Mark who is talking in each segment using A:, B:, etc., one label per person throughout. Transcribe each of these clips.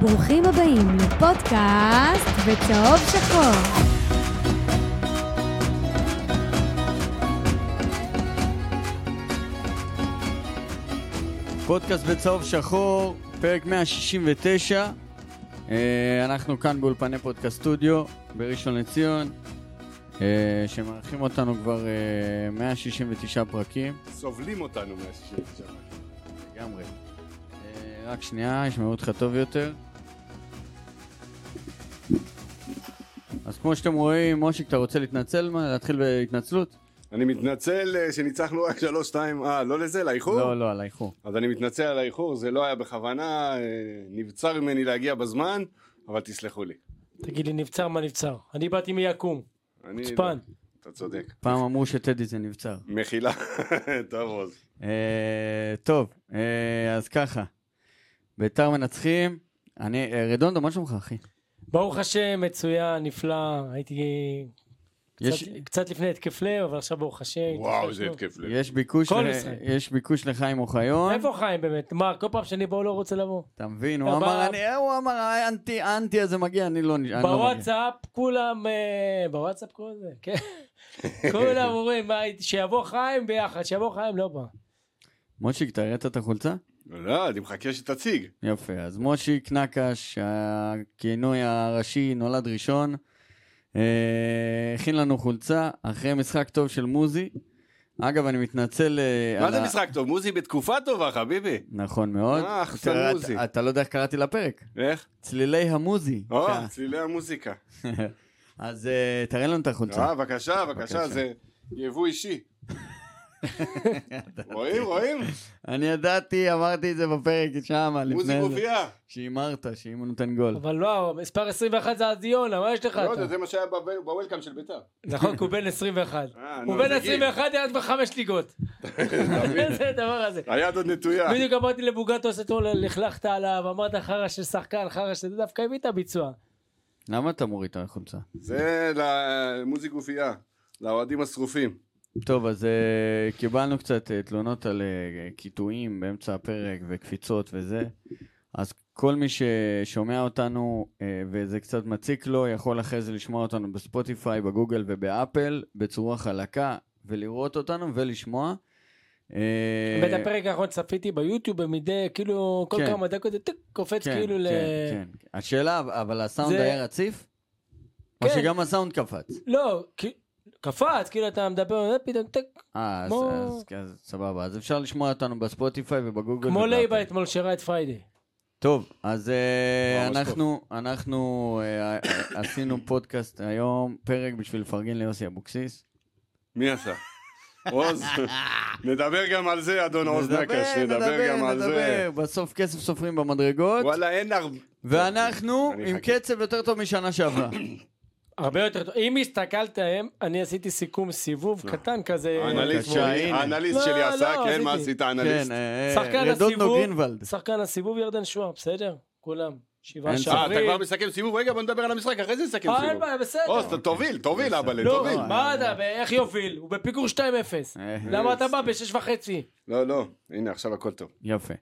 A: ברוכים הבאים לפודקאסט בצהוב שחור.
B: פודקאסט בצהוב שחור, פרק 169. אה, אנחנו כאן באולפני פודקאסט סטודיו בראשון לציון, אה, שמארחים אותנו כבר אה, 169 פרקים.
C: סובלים אותנו מה-69.
B: לגמרי. אה, רק שנייה, ישמעו אותך טוב יותר. אז כמו שאתם רואים, מושיק, אתה רוצה להתנצל? מה, להתחיל בהתנצלות?
C: אני מתנצל אה, שניצחנו רק 3-2, אה, לא לזה, לאיחור?
B: לא, לא, על האיחור.
C: אז אני מתנצל על האיחור, זה לא היה בכוונה, אה, נבצר ממני להגיע בזמן, אבל תסלחו לי.
D: תגיד לי נבצר מה נבצר? אני באתי מיקום,
C: אני-
D: חוצפן.
C: לא, אתה צודק.
B: פעם אמרו שטדי זה נבצר.
C: מחילה. טוב, עוז.
B: אה, טוב, אה, אז ככה. ביתר מנצחים. אני, אה, רדונדו, מה שלומך, אחי?
D: ברוך השם, מצוין, נפלא, הייתי
B: יש,
D: קצת, קצת לפני התקף לב, אבל עכשיו ברוך השם.
C: וואו, זה
D: התאוששנו.
C: התקף לב.
B: יש ביקוש,
D: כל
B: ל-
D: משחק.
B: יש ביקוש לחיים אוחיון.
D: איפה חיים באמת? מה, כל פעם שאני בא הוא לא רוצה לבוא?
B: אתה מבין? הוא
D: אתה
B: אמר,
D: בא-
B: אני- אה, הוא אמר, האנטי, האנטי הזה מגיע, אני לא אני לא מגיע.
D: בוואטסאפ כולם, אה, בוואטסאפ קוראים לזה, כן. כולם אומרים, "מה, שיבוא חיים ביחד, שיבוא חיים לא בא.
B: מושיק, אתה הראת את החולצה?
C: לא, אני מחכה שתציג.
B: יפה, אז מושיק נקש, הכינוי הראשי, נולד ראשון, אה, הכין לנו חולצה אחרי משחק טוב של מוזי. אגב, אני מתנצל אה,
C: מה
B: על
C: זה
B: ה-
C: משחק טוב? מוזי בתקופה טובה, חביבי.
B: נכון מאוד.
C: אה, אחסן
B: אתה-
C: מוזי.
B: אתה- אתה לא יודע איך קראתי לפרק.
C: איך?
B: צלילי המוזי.
C: או,
B: כן.
C: צלילי המוזיקה.
B: אז אה, תראה לנו את החולצה.
C: אה, בבקשה,
B: בבקשה.
C: בבקשה, זה יבוא אישי. רואים, רואים?
B: אני ידעתי, אמרתי את זה בפרק שם,
C: מוזי
B: לפני זה.
C: גופייה.
B: שהימרת, שאם הוא נותן גול.
D: אבל לא, מספר 21 זה עדיונה, מה יש לך?
C: לא
D: אתה?
C: יודע, זה מה שהיה בב- בוולקאם של ביתר.
D: נכון, כי הוא בן 21.
C: אה, נו,
D: הוא בן
C: זה גיל.
D: 21, ירד בחמש ליגות. איזה דבר הזה.
C: היד עוד נטויה.
D: בדיוק אמרתי לבוגטוס אתמול, לכלכת עליו, אמרת חרא של שחקן, חרא של זה, דווקא הביא את הביצוע.
B: למה אתה מוריד את החולצה?
C: זה למוזי גופייה, לאוהדים השרופים.
B: טוב, אז אה, קיבלנו קצת אה, תלונות על אה, קיטועים באמצע הפרק וקפיצות וזה. אז כל מי ששומע אותנו אה, וזה קצת מציק לו, יכול אחרי זה לשמוע אותנו בספוטיפיי, בגוגל ובאפל, בצורה חלקה, ולראות אותנו ולשמוע. אה,
D: ואת הפרק האחרון צפיתי ביוטיוב במדי, כאילו, כל
B: כן.
D: כמה דקות זה טק, קופץ
B: כן,
D: כאילו
B: כן,
D: ל...
B: כן. השאלה, אבל הסאונד
D: זה-
B: היה רציף? או
D: כן.
B: שגם הסאונד קפץ?
D: לא, כי- קפץ, כאילו אתה מדבר, זה פתאום טק,
B: אה, אז-
D: כמו-
B: אז אז סבבה. אז אפשר לשמוע אותנו בספוטיפיי ובגוגל.
D: כמו
B: ובאפל.
D: לייבה אתמול שראה את פריידי.
B: טוב, אז אה,
C: ממש
B: אנחנו, אנחנו אה, עשינו פודקאסט היום, פרק בשביל לפרגן ליוסי אבוקסיס.
C: מי עשה? עוז, נדבר גם על לא, זה, אדון עוז נקש, נדבר גם על זה.
B: נדבר. בסוף כסף סופרים במדרגות,
C: וואלה, אין הרבה...
B: ואנחנו
C: אני
B: עם
C: אחכה.
B: קצב יותר טוב משנה שעברה.
D: הרבה יותר טוב. אם הסתכלת הם, אני עשיתי סיכום סיבוב
B: לא.
D: קטן כזה.
C: האנליסט
B: בבקשה,
C: שלי-
B: הנה.
C: האנליסט
D: לא,
C: שלי
D: לא,
C: עשה, אה, כן,
D: עשיתי.
C: מה עשית
B: כן,
C: האנליסט?
B: אה,
D: שחקן
B: רדונדו
D: הסיבוב,
B: גרינוולד.
D: שחקן הסיבוב ירדן שואה, בסדר? כולם. שבעה
B: אין
C: אה, אתה
D: שערים.
C: כבר מסכם סיבוב? רגע, בוא נדבר על המשחק, אחרי זה נסכם
D: אה, אין
C: סיבוב.
D: בעיה,
C: עוז,
D: בסדר.
C: אתה תוביל, תוביל, אבל
D: לא,
C: תוביל.
D: מה אתה, אה, איך יוביל? הוא בפיגור 2-0.
B: אה,
D: למה אתה בא בשש וחצי?
C: לא, לא, הנה, עכשיו הכל טוב.
B: יפה.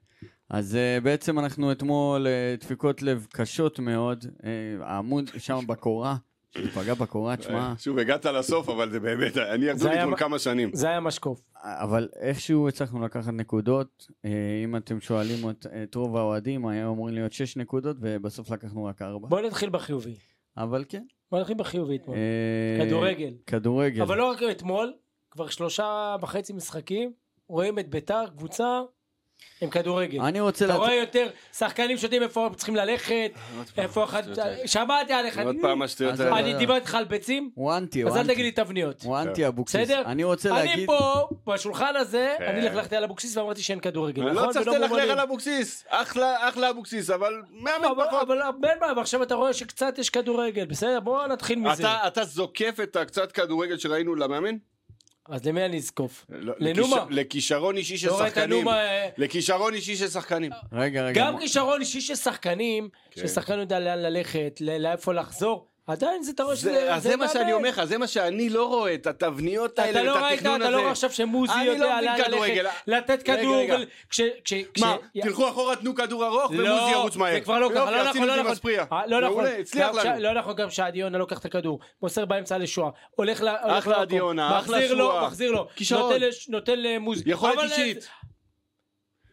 B: אז uh, בעצם אנחנו אתמול uh, דפיקות לב קשות מאוד, uh, העמוד שם בקורה, שפגע בקורה, תשמע,
C: שוב, הגעת לסוף, אבל זה באמת, אני ירדו
D: זה
C: לי
D: היה
C: כבר
D: ב-
C: כמה שנים.
D: זה היה משקוף.
B: אבל איכשהו הצלחנו לקחת נקודות, uh, אם אתם שואלים את, את רוב האוהדים, היה אמורים להיות 6 נקודות ובסוף לקחנו רק 4,
D: בוא נתחיל בחיובי.
B: אבל כן.
D: בוא נתחיל בחיובי אתמול.
B: אה,
D: כדורגל.
B: כדורגל.
D: אבל לא רק אתמול, כבר שלושה וחצי משחקים, רואים את ביתר, קבוצה, עם כדורגל.
B: אני רוצה...
D: אתה
B: לת-
D: רואה יותר שחקנים שותים איפה הם צריכים ללכת, איפה אחד... שמעתי עליך.
C: עוד
D: אני-
C: פעם השטויות
B: אז
C: האלה.
D: אני דיברתי איתך על ביצים,
B: הוא אנטי, הוא
D: אז אל
B: אנטי.
D: תגיד לי תבניות.
B: הוא
C: כן.
B: אנטי אבוקסיס.
D: בסדר?
B: אני רוצה
D: אני
B: להגיד...
D: פה, בשולחן הזה, אני
C: כן.
D: לכלכתי על אבוקסיס ואמרתי שאין כדורגל.
C: אני
D: נכון?
C: לא צריך
D: ולא
C: ללכלך
D: מומרים.
C: על אבוקסיס, אחלה אחלה אבוקסיס, אבל מאמן
D: אבל,
C: פחות.
D: אבל אין בעיה, ועכשיו אתה רואה שקצת יש כדורגל, בסדר? בוא נתחיל מזה.
C: אתה- אתה זוקף את הקצת כדורגל שראינו למאמן?
D: אז למי אני אזקוף?
C: לא,
D: לנומה.
C: לכיש- לכישרון אישי של
D: לא ראית
C: שחקנים.
D: נומה, אה,
C: לכישרון אישי של שחקנים.
D: לא,
B: רגע, רגע.
D: גם
B: מ-
D: כישרון אישי של שחקנים,
C: כן.
D: ששחקן יודע לאן ללכת, ל- לאיפה לחזור, עדיין זה אתה רואה
C: זה-
D: שזה...
C: אז זה מה שאני
D: מאמן.
C: אומר לך, זה מה שאני לא רואה, את התבניות האלה,
D: אתה לא
C: את
D: ראית,
C: התכנון הזה.
D: אתה לא רואה עכשיו שמוזי
C: אני לא
D: יודע
C: מבין
D: לאן
C: כדורגל.
D: ללכת, לתת
C: רגע,
D: כדור,
C: רגע.
D: אבל כש... כש... כש-
C: מה,
D: י-
C: תלכו אחורה, תנו כדור ארוך,
D: לא,
C: ומוזי ירוץ מהר.
D: זה כבר לא ככה,
C: יופי,
D: לא נכון,
C: עשינו
D: לא
C: דימה
D: נכון.
C: ספריה.
D: אה, לא נכון.
C: מעולה, הצליח
D: גם ש-
C: לנו.
D: לא נכון גם שעדי יונה לוקח את הכדור, מוסר באמצע לשואה, הולך ל... הולך
C: אחלה
D: למקום,
C: עדי יונה, אחלה
D: מחזיר לו,
C: שועה.
D: מחזיר לו.
C: כישרון.
D: נותן לש- נותן למוזי.
C: יכולת
D: אבל- אה,
C: אישית.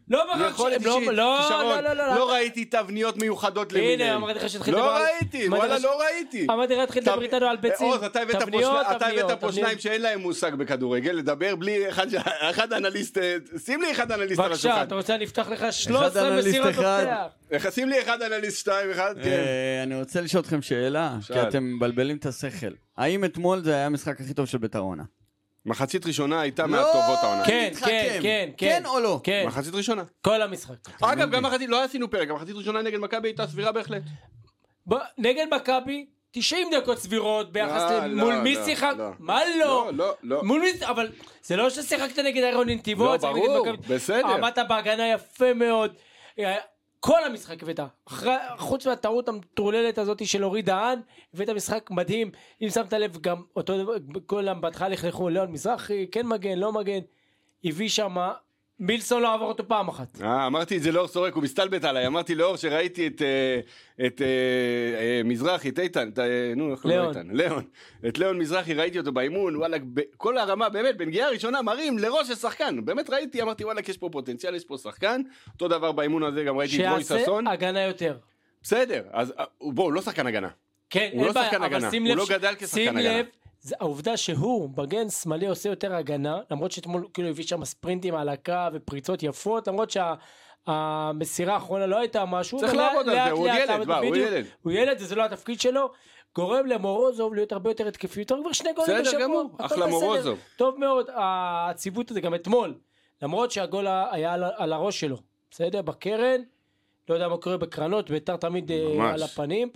D: לא ברק
C: יכולת
D: שלהם, לא-
C: אישית,
D: לא,
C: כישרון.
D: לא, לא,
C: לא ראיתי תבניות מיוחדות למיניהן.
D: הנה, אמרתי לך שהתחיל לדבר
C: לא
D: על-
C: ראיתי,
D: אמרתי
C: וואלה,
D: לך ש-
C: לא ראיתי.
D: אמרתי לך, התחיל לדבר איתנו על ביצים.
C: עוז, אתה הבאת פה
D: תבניות,
C: שני- אתה
D: תבניות,
C: הבאת פה
D: תבניות.
C: שניים שאין להם מושג בכדורגל, לדבר בלי אחד ש- אחד אנליסט, אה, שים לי אחד אנליסט על השולחן.
D: בבקשה, אתה רוצה, אני אפתח לך 13
B: אנליסט
D: מסירות
B: אה, אחד.
D: מפתח.
C: איך- שים לי אחד אנליסט, שתיים, אחד, כן.
B: אה, אני רוצה לשאול אתכם שאלה,
C: שאל.
B: כי אתם מבלבלים את השכל. האם אתמול זה היה המשחק הכי טוב של ביתר עונה?
C: מחצית ראשונה הייתה מהטובות העונה.
D: כן,
B: נתחכם.
D: כן, כן, כן.
B: כן או לא?
D: לא! כן,
C: מחצית ראשונה.
D: כל המשחק.
C: אגב, גם מחצית, לא עשינו פרק, המחצית ראשונה נגד מכבי הייתה סבירה בהחלט.
D: בוא, נגד מכבי, 90 דקות סבירות ביחס
C: לא,
D: ל-
C: לא,
D: מול מי
C: לא,
D: שיחק,
C: לא.
D: מה לא?
C: לא, לא, לא.
D: מול מי, אבל זה לא ששיחקת נגד עירוני
C: לא,
D: נתיבות, שיחקת נגד
C: ברור,
D: מכבי- אה,
C: בסדר.
D: עמדת בהגנה יפה מאוד. אה, כל המשחק הבאת, אחרי- חוץ מהטעות המטורללת הזאת של אורי דהן, הבאת משחק מדהים, אם שמת לב גם אותו דבר, כולם בהתחלה לכלכו, ליאון מזרחי, כן מגן, לא מגן, הביא שמה, מילסון לא עבר אותו פעם אחת.
C: אה, אמרתי את זה לאור סורק, הוא מסתלבט עליי, אמרתי לאור שראיתי את, אה, את אה, אה, מזרחי, את איתן, את, אה, נו, איך קוראים לו
D: ליאון.
C: איתן? ליאון. את ליאון מזרחי, ראיתי אותו באימון, וואלכ, ב- כל הרמה, באמת, בנגיעה הראשונה מראים לראש של שחקן, באמת ראיתי, אמרתי וואלכ, יש פה פוטנציאל, יש פה שחקן, אותו דבר באימון הזה גם ראיתי את רוי
D: שיעשה
C: ששון,
D: הגנה יותר.
C: בסדר, אז אה, בוא, הוא לא שחקן הגנה,
D: כן,
C: הוא
D: אין
C: לא
D: בעיה,
C: שחקן
D: אבל
C: הגנה,
D: שים
C: הוא
D: לב
C: לא
D: ש-
C: גדל כשחקן
D: שים
C: הגנה.
D: לב, זה העובדה שהוא בגן שמאלי עושה יותר הגנה, למרות שאתמול כאילו הביא שם ספרינטים על הקו ופריצות יפות, למרות שה... המסירה האחרונה לא הייתה משהו,
C: צריך
D: אבל
C: לעבוד על
D: לאט-
C: זה, הוא
D: לאט
C: עוד
D: לאט
C: ילד, מה, הוא
D: בדיוק,
C: ילד.
D: הוא ילד וזה לא התפקיד שלו, גורם למורוזוב להיות הרבה יותר התקפי, יותר כבר שני גולים
C: בסדר
D: בשבוע,
C: גמור,
D: הכל
C: אחלה
D: בסדר.
C: מורוזוב.
D: טוב מאוד, הציוות הזה גם אתמול, למרות שהגול היה על- על הראש שלו, בסדר? בקרן, לא יודע מה קורה בקרנות, ביתר תמיד אה,
C: ממש.
D: על הפנים,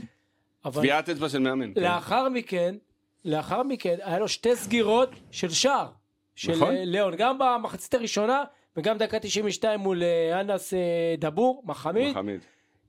D: אבל
C: טביעת אצבע של מאמן, כן.
D: לאחר מכן, לאחר מכן, היה לו שתי סגירות של שער. של
C: נכון.
D: נכון. ליאון, גם במחצית הראשונה, וגם דקה 92 מול אה, אנס אה, דבור, מחמיד,
C: חמיד,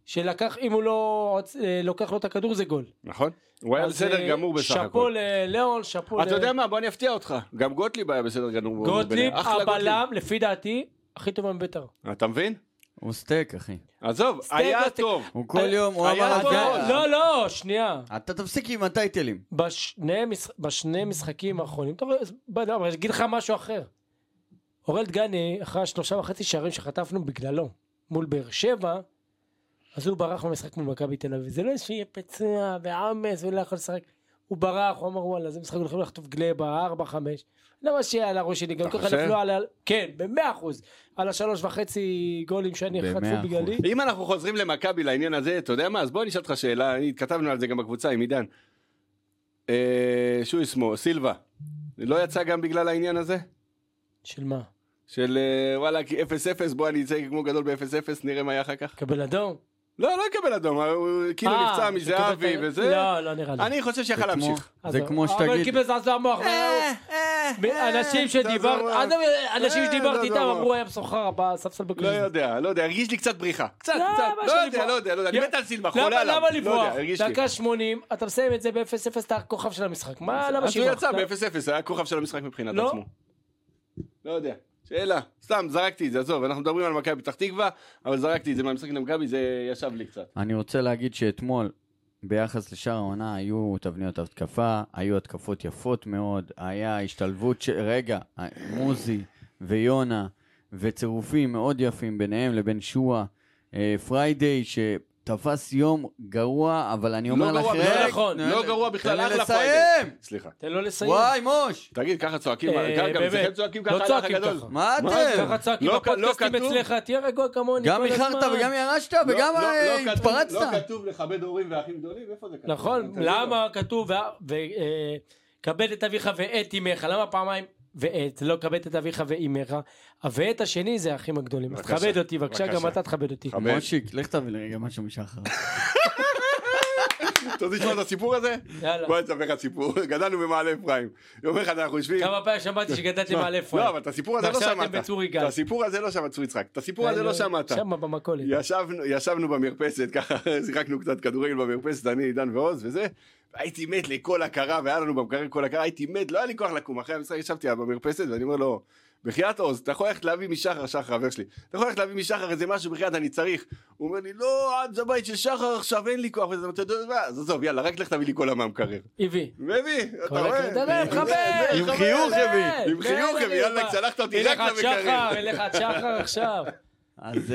D: שלקח, אם הוא לא עוצ- אה, לוקח לו את הכדור זה גול.
C: נכון? הוא היה
D: אז,
C: בסדר
D: אה,
C: גמור בסך
D: שאפו
C: הכל.
D: לליאון, שאפו
C: אתה יודע מה, בוא אני אפתיע אותך, גם גוטליב היה בסדר גמור.
D: גוטליב,
C: אחלה גוטליב. אה,
D: הבלם, לפי דעתי, הכי טובה מביתר.
C: אתה מבין?
B: הוא סטייק, אחי.
C: עזוב,
D: סטייק
C: היה
D: לא סטייק.
C: טוב.
B: הוא כל יום, הוא
C: היה
B: אמר...
C: טוב.
B: "אתה-
D: לא, לא, שנייה.
B: אתה תפסיק עם הטייטלים.
D: בשני, מש... בשני משחקים האחרונים, אתה רואה, אז בוא, לא, אבל אני אגיד לך משהו אחר. אורל דגני, אחרי השלושה וחצי שערים שחטפנו בגללו מול באר שבע, אז הוא ברח במשחק מול מכבי תל אביב. זה לא שיהיה פצוע ועמס ולא יכול לשחק. הוא ברח, הוא אמר וואלה, זה משחק הולכים לחטוף גלבה, ארבע, חמש. למה שיהיה על הראש שלי, גם
C: אתה
D: ככה
C: חושב?
D: נפלו על ה... כן, במאה אחוז. על השלוש וחצי גולים שאני
B: במאה
D: חטפו
B: אחוז.
D: בגללי.
C: אם אנחנו חוזרים למכבי לעניין הזה, אתה יודע מה? אז בוא אני אשאל אותך שאלה, אני- התכתבנו על זה גם בקבוצה עם עידן. אה, שהוא שמו, סילבה, לא יצא גם בגלל העניין הזה?
D: של מה?
C: של אה, וואלה, כי 0-0, בוא אני אצא כמו גדול ב-0-0, נראה מה יהיה אחר כך.
D: קבל אדום?
C: לא, לא יקבל אדום, הוא כאילו
D: אה,
C: נפצע
D: הוא
C: מזהבי
D: קיבל את ה-
C: וזה.
D: לא, לא נראה לי.
C: אני חושב שיכל
B: זה כמו-
C: להמשיך.
B: זה
D: עזוב.
B: כמו
D: אבל
B: שתגיד...
D: קיבל זעזוע מוח. אנשים שדיברת,
C: אה, זעזוע.
D: עזוב, אנשים
C: אה,
D: שדיברתי איתם
C: זעזוע.
D: אמרו היה בסוחר בספסל
C: לא
D: בקליזם.
C: יודע, לא יודע, הרגיש לי קצת בריחה. קצת,
D: לא,
C: קצת,
D: מה
C: לא
D: שאני
C: יודע,
D: פה-
C: לא יודע, לא יודע, אני
D: יא-
C: מת על סילבה, חולה
D: למה
C: עליו.
D: למה
C: לא
D: לברוח?
C: יודע, הרגיש לי.
D: דקה 80, אתה מסיים את זה ב-0-0, אתה הכוכב של המשחק. מה, למה
C: אז הוא
D: שיברח?
C: יצא
D: לא.
C: ב-0-0, היה הכוכב של המשחק מבחינת
D: לא?
C: עצמו. לא יודע. שאלה, סתם זרקתי את זה, עזוב, אנחנו מדברים על מכבי פתח תקווה, אבל זרקתי את זה מהמשחק עם מכבי, זה ישב לי קצת.
B: אני רוצה להגיד שאתמול, ביחס לשאר העונה, היו תבניות התקפה, היו התקפות יפות מאוד, היה השתלבות של... רגע, אה, מוזי ויונה, וצירופים מאוד יפים ביניהם לבין שועה. אה, פריידיי, שתפס יום גרוע, אבל אני אומר
C: לא
B: לך...
C: גרוע,
B: רגע,
C: לא נכון,
B: תנו
C: לא
B: לי-
C: גרוע בכלל,
B: תן לי
C: אחלה
B: לסיים!
C: פריידי. סליחה.
D: תן לו לסיים.
B: וואי, מוש!
C: תגיד, ככה צועקים,
D: אה,
C: ככה גם
D: באמת.
C: אצלכם צועקים
D: לא
C: ככה, על האח
D: צועקים
C: הגדול.
D: ככה.
B: מה אתם?
D: ככה צועקים
C: לא-
D: בפודקאסטים
C: לא כתוב?
D: אצלך, תהיה רגוע כמוני.
B: גם
D: כל
B: איחרת
D: הזמן.
B: וגם ירשת
C: לא,
B: וגם
C: לא,
B: אה,
C: לא כתוב-
B: התפרצת.
C: לא כתוב לכבד הורים ואחים גדולים, איפה זה כתוב?
D: נכון,
C: תגיד לו.
D: למה כתוב, וכבד את אביך ואת אמך, למה פעמיים ואת, לא כבד את אביך ואימך, ואת השני זה האחים הגדולים, אז
C: בבקשה,
D: תכבד אותי בבקשה,
C: בבקשה.
D: גם אתה תכבד אותי.
C: כבד.
B: מושיק, לך תביא לי רגע משהו משחר.
C: אתה רוצה לשמוע את הסיפור הזה?
D: יאללה.
C: בוא אני אספר לך סיפור, גדלנו במעלה אפרים. יום אחד אנחנו יושבים...
D: כמה פעמים שמעתי שגדלתי
C: מה?
D: מעלה אפרים.
C: לא, אבל את הסיפור הזה לא
D: ועכשיו
C: שמעת.
D: אתם בצור יגאל. אה,
C: את הסיפור הזה לא שמעת, צור יצחק. את הסיפור הזה לא שמעת.
D: שם במכולת.
C: ישבנו, ישבנו במרפסת, ככה שיחקנו קצת כדורגל במרפסת, אני, עידן ועוז וזה. הייתי מת לכל הכרה, והיה לנו במקרר כל הכרה, הייתי מת, לא היה לי כוח לקום. אחרי המשחק ישבתי במרפסת, ואני אומר לו, בחייאת עוז, אתה יכול ללכת להביא משחר, שחר, חבר שלי, אתה יכול ללכת להביא משחר איזה משהו, בחייאת, אני צריך. הוא אומר לי, לא, עד זה הבית של שחר עכשיו, אין לי כוח, וזה, אתה יודע מה, אז עזוב, יאללה, רק לך תביא לי קולה מהמקרר.
D: הביא.
C: מביא, אתה
D: כל הכבוד.
C: רואה?
D: אתה יודע, מחבר.
C: עם
D: מחבר,
C: חיוך הביא, עם
D: כן,
C: חיוך
D: כן,
C: הביא, יאללה,
D: מה?
C: צלחת אותי
D: אין
C: רק
D: לך עד שחר, אין
C: למקרר.
D: לך עד שחר עכשיו.
B: אז,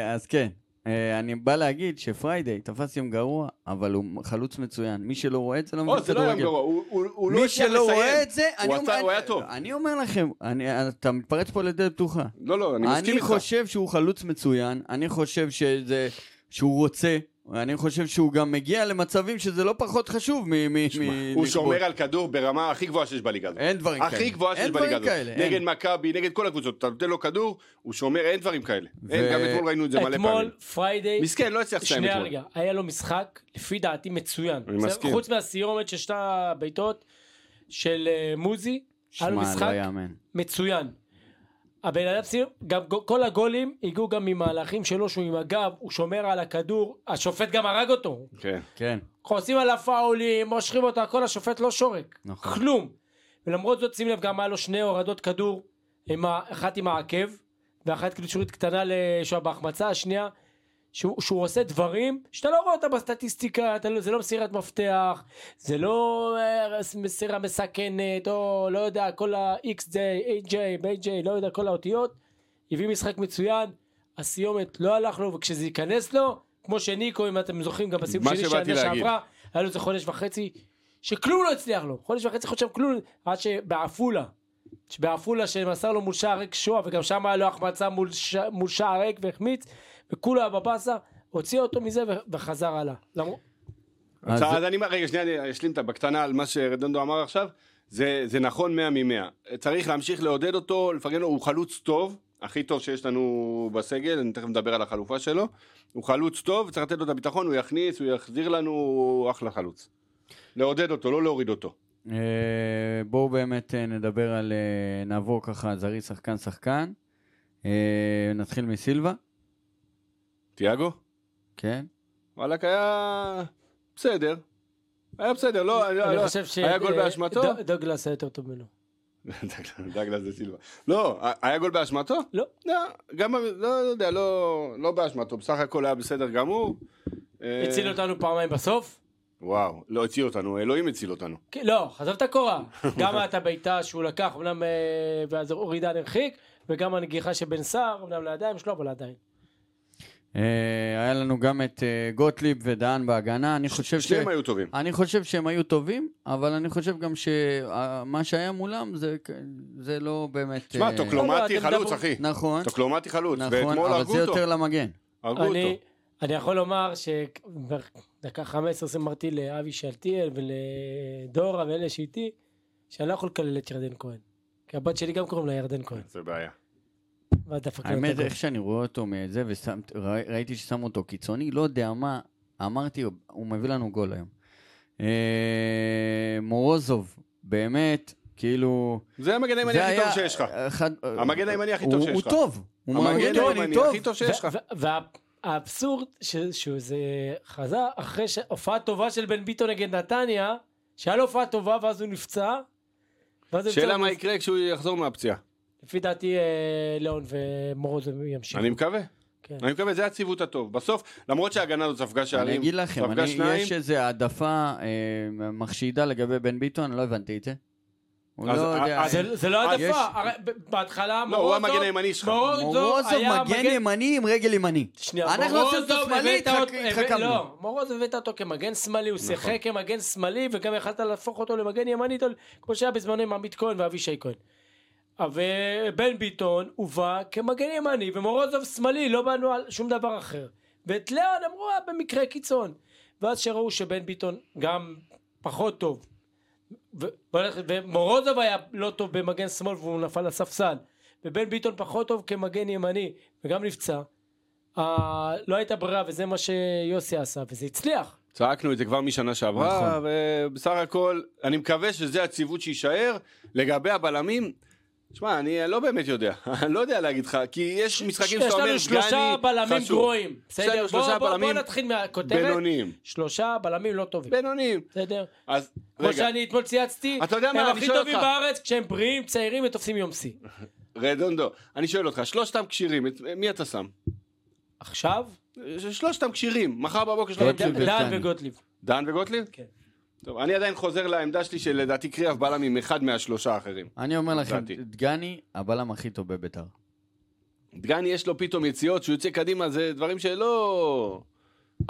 B: אה, אז כן, אה, אני בא להגיד שפריידי תפס יום גרוע, אבל הוא חלוץ מצוין. מי שלא רואה את זה לא מבין
C: עוז, זה לא היה
B: כדורגל.
C: גרוע, הוא- הוא הוא לא
B: מי
C: הצליח
B: שלא רואה
C: לסיים.
B: את זה, אני
C: הוא
B: אומר-
C: עשה- הוא היה טוב.
B: אני אומר לכם, אני- אתה מתפרץ פה לדלת פתוחה.
C: לא, לא, אני מסכים
B: אני
C: איתך.
B: חושב שהוא חלוץ מצוין, אני חושב שזה, שהוא רוצה, אני חושב שהוא גם מגיע למצבים שזה לא פחות חשוב מ... מ- מ-
C: הוא
B: לכבוש.
C: שומר על כדור ברמה הכי גבוהה שיש בליגה הזאת.
B: אין דברים כאלה.
C: הכי גבוהה שיש
B: אין
C: בליגה
B: דברים
C: הזאת.
B: כאלה.
C: נגד
B: אין.
C: מכבי, נגד כל הקבוצות. אתה נותן לו כדור, הוא שומר, אין דברים כאלה.
B: ו-
C: אין, גם אתמול ראינו את זה מלא פעמים.
D: אתמול, פריידיי,
C: מסכן, לא הצליח לסיים
D: שנייה
C: אתמול.
D: רגע, היה לו משחק, לפי דעתי מצוין.
C: אני
D: בסדר?
C: מסכים.
D: חוץ מהסיומת של שתי הבעיטות של אה, מוזי, היה לו
B: שמע, לא
D: משחק
B: יאמן. מצוין.
D: מצוין. הבן אדם סיים, גם גו- כל הגולים הגיעו גם ממהלכים שלו שהוא עם הגב, הוא שומר על הכדור, השופט גם הרג אותו.
C: כן.
B: כן.
D: עושים עליו פאולים, מושכים אותו, הכל השופט לא שורק.
B: נכון.
D: כלום. ולמרות זאת שים לב גם היה לו שני הורדות כדור, עם ה... אחת עם העקב, ואחת קדושורית קטנה לשם בהחמצה, השנייה, שהוא, שהוא עושה דברים שאתה לא רואה אותה בסטטיסטיקה, אתה לא, זה לא מסירת מפתח, זה לא אה, מסירה מסכנת, או לא יודע, כל ה-XJ, AJ, BJ, לא יודע, כל האותיות. הביא משחק מצוין, הסיומת לא הלך לו, וכשזה ייכנס לו, כמו שניקו, אם אתם זוכרים, גם בסיום
C: מה
D: שני
C: שבאתי
D: שנה
C: להגיד.
D: שעברה, היה לו איזה חודש וחצי, שכלום לא הצליח לו, חודש וחצי, חודשיים, כלום, עד שבעפולה, שבעפולה שמסר לו מול שער ריק שואה, וגם שם היה לו החמצה מול, ש... מול שער ריק והחמיץ, וכולו היה בבאסה, הוציא אותו מזה ו... וחזר הלאה. למרות...
C: אז
B: אז-
C: אז אני, רגע, שנייה, אני אשלים את בקטנה על מה שרדונדו אמר עכשיו. זה, זה נכון 100 מ-100. צריך להמשיך לעודד אותו, לפרגן לו, הוא חלוץ טוב, הכי טוב שיש לנו בסגל, אני תכף מדבר על החלופה שלו. הוא חלוץ טוב, צריך לתת לו את הביטחון, הוא יכניס, הוא יחזיר לנו, הוא אחלה חלוץ. לעודד אותו, לא להוריד אותו.
B: אה, בואו באמת אה, נדבר על... אה, נעבור ככה זריז שחקן-שחקן. אה, נתחיל מסילבה,
C: תיאגו?
B: כן.
C: וואלכ היה בסדר. היה בסדר, לא, לא,
D: אני
C: לא.
D: חושב ש...
C: היה גול
D: אה,
C: באשמתו?
D: ד- דוגלס היה יותר טוב ממנו.
C: דגלס זה סילבה. לא, היה גול באשמתו?
D: לא.
C: לא, גם, לא לא יודע, לא לא באשמתו, בסך הכל היה בסדר גמור. אה,
D: הציל אותנו פעמיים בסוף?
C: וואו, לא הציל אותנו, אלוהים הציל אותנו.
D: כן, לא, עזוב את הקורה. גם את הבעיטה שהוא לקח, אמנם, אה, ואז אורידן הרחיק, וגם הנגיחה של בן סער, אמנם לידיים שלו, אבל עדיין.
B: אה, היה לנו גם את אה, גוטליב ודהן בהגנה. אני חושב ש...
C: שניהם היו טובים.
B: אני חושב שהם היו טובים, אבל אני חושב גם שמה שהיה מולם זה, זה לא באמת...
C: שמע,
B: אה,
D: לא, לא,
C: טוקלומטי
D: אתם
C: חלוץ,
D: מדברים-
C: אחי.
B: נכון,
C: טוקלומטי חלוץ,
B: נכון,
C: ואתמול
B: אבל
C: הרגו
B: זה
C: אותו.
B: יותר למגן.
C: הרגו אותו.
D: אני, אני יכול לומר שבדקה 15 שמרתי לאבי שלטיאל ולדורה ואלה שאיתי, שאני לא יכול לקלל את ירדן כהן. כי הבת שלי גם קוראים לה ירדן כהן. לא
C: זה בעיה.
D: ואז דפק לו את
B: האמת,
D: הגול.
B: איך שאני רואה אותו מזה, וראיתי ששמו אותו קיצוני, לא יודע מה, אמרתי, הוא מביא לנו גול היום. אה, מורוזוב, באמת, כאילו...
C: זה המגן הימני
B: זה
C: הכי טוב
B: היה
C: שיש לך.
B: אחד-
C: המגן הימני הכי טוב
B: הוא-
C: שיש לך.
B: הוא טוב. הוא
C: המגן
B: טוב,
C: הימני
B: טוב.
C: הכי טוב שיש לך.
D: ו- וה- והאבסורד ש- שזה חזר אחרי ש- הופעה טובה של בן ביטון נגד נתניה, שהיה לו הופעה טובה ואז הוא נפצע. ואז הוא
C: שאלה
D: נפצע-
C: מה יקרה כשהוא יחזור מהפציעה.
D: לפי דעתי אה, ליאון ומורוזוב ימשיכו.
C: אני מקווה.
D: כן.
C: אני מקווה, זה הציוות הטוב. בסוף, למרות שההגנה הזאת ספגה שערים,
B: אני אגיד לכם,
C: ספגה
B: אני,
C: שניים,
B: יש איזו העדפה אה, מחשידה לגבי בן ביטון, אני לא הבנתי את זה. הוא
C: אז-
B: לא יודע.
C: אז-
D: זה- זה לא העדפה,
B: יש-
D: הרי ב- בהתחלה
C: אה, לא, הוא המגן
D: מורוזוב-
C: הימני שלך.
D: מורוזוב
B: מורוזוב
D: היה
B: מגן ימני עם רגל ימני.
D: שנייה,
B: אנחנו עושים אותו
D: מורוזוב
B: שמאלי,
D: הבאת
B: התחק-
D: אותו- הבאת-
B: התחכמנו.
D: לא, מורוזוב הבאת אותו כמגן שמאלי,
B: נכון.
D: הוא שיחק כמגן שמאלי, וגם יכלת להפוך אותו למגן ימני, טוב, כמו שהיה בזמנו עם עמית כהן ואבישי כהן. אה, ובן ביטון הובא כמגן ימני, ומורוזוב שמאלי, לא באנו על שום דבר אחר. ואת ליאון אמרו, "אה, במקרה קיצון. ואז שראו שבן ביטון גם פחות טוב. ו- והולך- ומורוזוב היה לא טוב במגן שמאל והוא נפל לספסל. ובן ביטון פחות טוב כמגן ימני, וגם נפצע. אה, לא הייתה ברירה, וזה מה שיוסי עשה, וזה הצליח.
C: צעקנו את זה כבר משנה שעברה,
B: נכון.
C: ובסך הכל, אני מקווה שזה הציוות שיישאר. לגבי הבלמים, שמע, אני לא באמת יודע. אני לא יודע להגיד לך, כי יש משחקים שאתה אומר,
D: יש לנו שלושה
C: גני
D: בלמים
C: חשוב.
D: גרועים.
C: יש
D: בסדר,
C: לנו
D: בוא-
C: שלושה
D: בוא- בוא
C: בלמים
D: נתחיל מהכותרת.
C: בינוניים.
D: שלושה בלמים לא טובים.
C: בינוניים.
D: בסדר?
C: אז
D: כמו
C: רגע,
D: שאני אתמול צייצתי,
C: אתה יודע מה,
D: הם
C: אני
D: הכי
C: שואל
D: טובים
C: אותך.
D: בארץ כשהם בריאים, צעירים ותופסים יום שיא.
C: רדונדו, אני שואל אותך, שלושתם כשירים, את מי אתה שם?
D: עכשיו,
C: שלושתם כשירים, מחר בבוקר
B: גוטליב
C: שלושתם
D: דן
C: כשירים.
D: דן
B: וסני.
D: וגוטליב.
C: דן וגוטליב?
D: כן.
C: טוב, אני עדיין חוזר לעמדה שלי שלדעתי קריאף בלם עם אחד מהשלושה האחרים.
B: אני אומר לכם,
C: לדעתי.
B: דגני, הבלם הכי טוב בביתר.
C: דגני יש לו פתאום יציאות שהוא יוצא קדימה, זה דברים שלא...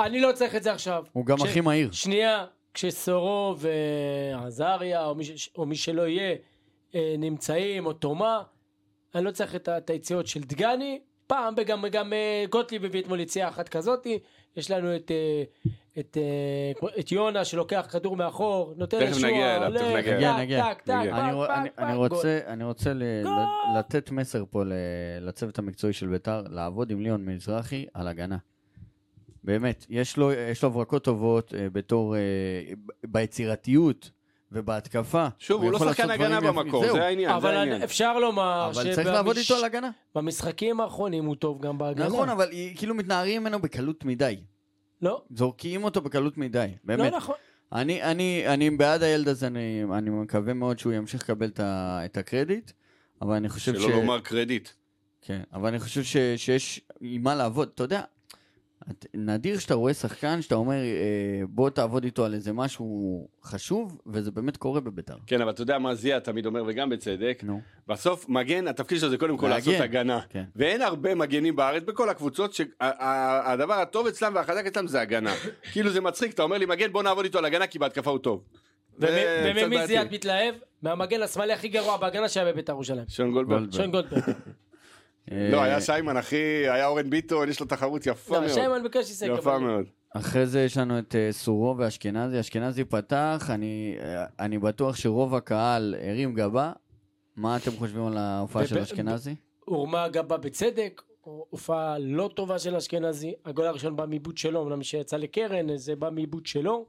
D: אני לא צריך את זה עכשיו.
B: הוא גם
D: כש-
B: הכי מהיר.
D: שנייה, כשסורו ועזריה, או מי ש- או מי שלא יהיה, אה, נמצאים, או תומה, אני לא צריך את ה- את היציאות של דגני. פעם, וגם גם, אה, גוטליב הביא אתמול יציאה אחת כזאתי. יש לנו את, אה, את, אה, כמו- את יונה שלוקח כדור מאחור, נותן
C: תכף
D: לשועה,
C: נגיע אליו,
D: הולך,
C: תכף
B: נגיע,
C: נגיע.
D: טק,
B: נגיע.
D: טק, טק,
C: נגיע.
D: פק,
B: אני רוא-
D: פק,
B: אני-
D: פק,
B: אני
D: גול.
B: רוצה- אני רוצה ל- ל-
D: גול!
B: לתת מסר פה ל- לצוות המקצועי של ביתר, לעבוד עם ליאון מזרחי על הגנה. באמת, יש לו יש לו הברקות טובות אה, בתור... אה, ב- ביצירתיות ובהתקפה.
C: שוב, הוא לא
B: יכול
C: שחקן
B: לעשות דברים
C: הגנה
B: יפים.
C: במקור,
B: זהו,
C: זה העניין, זה
D: אבל
C: העניין.
D: אני- אפשר לומר
B: אבל צריך לעבוד איתו על הגנה.
D: שבמשחקים האחרונים הוא טוב גם בהגנה.
B: נכון, אבל היא- כאילו מתנערים ממנו בקלות מדי.
D: לא,
B: זורקים אותו בקלות מדי,
D: לא
B: באמת.
D: נכון.
B: אני, אני, אני בעד הילד הזה, אני, אני מקווה מאוד שהוא ימשיך לקבל את, ה, את הקרדיט, אבל אני חושב ש...
C: שלא לומר קרדיט.
B: כן, אבל אני חושב ש, שיש עם מה לעבוד. אתה יודע, את, נדיר שאתה רואה שחקן שאתה אומר, אה, בוא תעבוד איתו על איזה משהו חשוב, וזה באמת קורה בביתר.
C: כן, אבל אתה יודע מה זיה תמיד אומר, וגם בצדק,
B: נו.
C: בסוף מגן, התפקיד שלו זה קודם כל
B: להגן.
C: לעשות הגנה.
B: כן.
C: ואין הרבה מגנים בארץ, בכל הקבוצות, שהדבר הטוב אצלם והחזק אצלם זה הגנה. כאילו זה מצחיק, אתה אומר לי מגן, בוא נעבוד איתו על הגנה, כי בהתקפה הוא טוב. זה קצת
D: וממי
C: בעייתי.
D: זיאת מתלהב? מהמגן השמאלי הכי גרוע בהגנה שהיה בביתר ירושלים.
C: שון גולדברג.
D: שון גולדברג.
B: אה,
E: לא, היה שיימן, אחי, היה אורן ביטון, יש לו תחרות יפה
D: לא,
E: מאוד.
D: שיימן ביקש שיסק.
C: יפה מאוד.
B: אחרי זה יש לנו את אה, סורו ואשכנזי. אשכנזי פתח, אני, אה, אני בטוח שרוב הקהל הרים גבה. מה אתם חושבים על ההופעה של
D: וב-
B: אשכנזי?
D: הורמה גם בה בצדק. הופעה לא טובה של אשכנזי. הגול הראשון בא מעיבוד שלו, אמנם שיצא לקרן, זה בא מעיבוד שלו.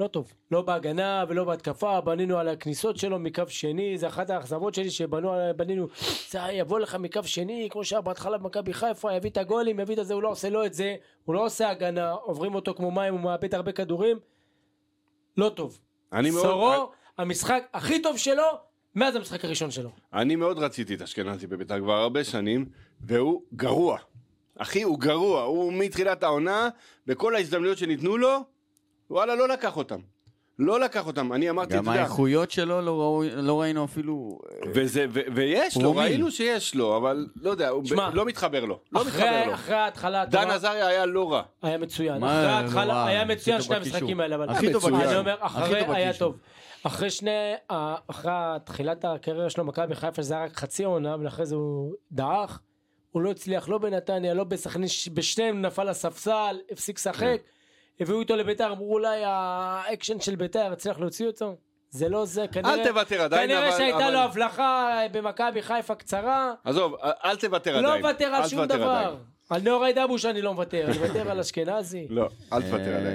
D: לא טוב. לא בהגנה ולא בהתקפה, בנינו על הכניסות שלו מקו שני, זה אחת האכזבות שלי שבנו, על- בנינו, זה יבוא לך מקו שני, כמו שהיה בהתחלה במכבי חיפה, יביא את הגולים, יביא את זה, הוא לא עושה לא את זה, הוא לא עושה הגנה, עוברים אותו כמו מים, הוא מאבד הרבה כדורים. לא טוב.
C: אני מאוד-
D: סורו, המשחק הכי טוב שלו, מאז המשחק הראשון שלו.
C: אני מאוד רציתי את אשכנזי בביתר כבר הרבה שנים, והוא גרוע. אחי, הוא גרוע. הוא מתחילת העונה, בכל ההזדמנויות שניתנו לו, וואלה, לא לקח אותם. לא לקח אותם. אני אמרתי,
B: גם
C: אתה יודע,
B: האיכויות שלו לא, ראו, לא ראינו אפילו...
C: וזה, ו- ויש לו,
B: פרומיל.
C: ראינו שיש לו, אבל לא יודע, הוא
D: שמע,
C: ב- לא מתחבר לו. לא מתחבר
D: אחרי
C: לו.
D: אחרי ההתחלה, אתה
C: דן
D: רואה,
C: עזריה היה לא רע.
D: היה מצוין.
B: מה,
D: אחרי
B: לא
D: ההתחלה,
B: רע,
D: היה
B: הכי
D: מצוין
B: טוב
D: שני
B: בקישור.
D: המשחקים האלה. אבל-
B: הכי טוב
D: אני
B: בקישור.
D: אומר,
B: הכי
D: אחרי
B: טוב
D: היה
B: בקישור.
D: טוב. אחרי שני, ה- אחרי תחילת הקריירה שלו במכבי חיפה זה היה רק חצי עונה ואחרי זה הוא דעך. הוא לא הצליח לא בנתניה, לא בסכנין, ש- בשניהם נפל לספסל, הפסיק לשחק.
C: כן.
D: הביאו אותו לביתר, אמרו אולי האקשן של ביתר יצליח להוציא אותו. זה לא זה, כנראה...
C: אל תוותר עדיין, אבל...
D: כנראה שהייתה
C: אבל-
D: לו הבלחה במכבי חיפה קצרה.
C: עזוב, אל תוותר עדיין.
D: לא מוותר
C: אל
D: על שום
C: תוותר
D: דבר.
C: עדיין.
D: על נאורי דבוש אני לא מוותר, אני מוותר על אשכנזי.
C: לא, אל תוותר
B: אה,
C: עדיין.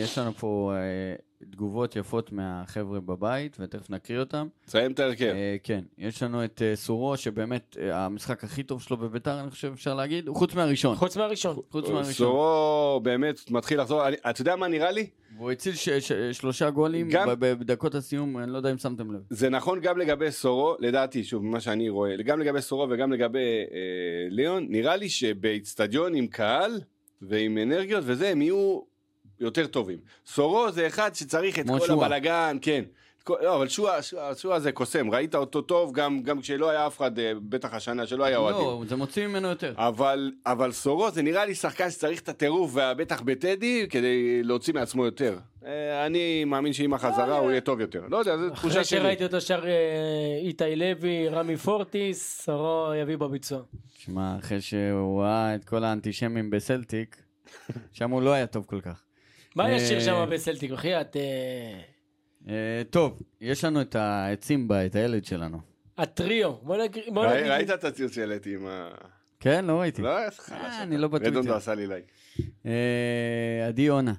B: יש לנו פה אה, תגובות יפות מהחבר'ה בבית, ותכף נקריא אותם.
C: תסיים את ההרכב.
B: אה, כן, יש לנו את אה, סורו, שבאמת אה, המשחק הכי טוב שלו בביתר, אני חושב אפשר להגיד, הוא חוץ מהראשון.
D: חוץ מהראשון.
B: חוץ מהראשון.
C: סורו באמת מתחיל לחזור, אני- אתה יודע מה נראה לי?
B: והוא הציל ש- ש- שלושה גולים
C: גם-
B: ב- בדקות הסיום, אני לא יודע אם שמתם לב.
C: זה נכון גם לגבי סורו, לדעתי, שוב, ממה שאני רואה, גם לגבי סורו וגם לגבי אה, ליאון, נראה לי שבאיצטדיון עם קהל ועם אנרגיות וזה, הם יהיו יותר טובים. סורו זה אחד שצריך את
B: כמו
C: כל
B: שועה.
C: הבלגן, כן. את כל- לא, אבל שועה, שועה, שועה זה קוסם, ראית אותו טוב גם, גם כשלא היה אף אחד, אה, בטח השנה, שלא היה אוהדים.
B: לא, זה מוציא ממנו יותר.
C: אבל, אבל סורו זה נראה לי שחקן שצריך את הטירוף, ובטח בטדי, כדי להוציא מעצמו יותר. אה, אני מאמין שעם
B: אה,
C: החזרה הוא יהיה טוב יותר. לא יודע, זו
D: אחרי
C: תחושה שלי.
D: שראיתי אותו שר אה, איתי לוי, רמי פורטיס, שרו יביא בביצוע.
B: שמע, אחרי שהוא ראה את כל האנטישמים בסלטיק, שם הוא לא היה טוב כל כך.
D: מה
B: אה,
D: יש שיר שם בסלטיק, בחייאת? אה,
B: אה, טוב, יש לנו את העצים בה, את הילד שלנו.
D: הטריו. בוא נגיד... בוא
C: ראי-
D: נגיד-
C: ראית את הציוץ שהעליתי עם ה...
B: כן, לא ראיתי.
C: לא, איזה חלש.
B: אה, אני לא בטוויטר.
C: רדונדו עשה לי לייק.
B: אה, עדי יונה.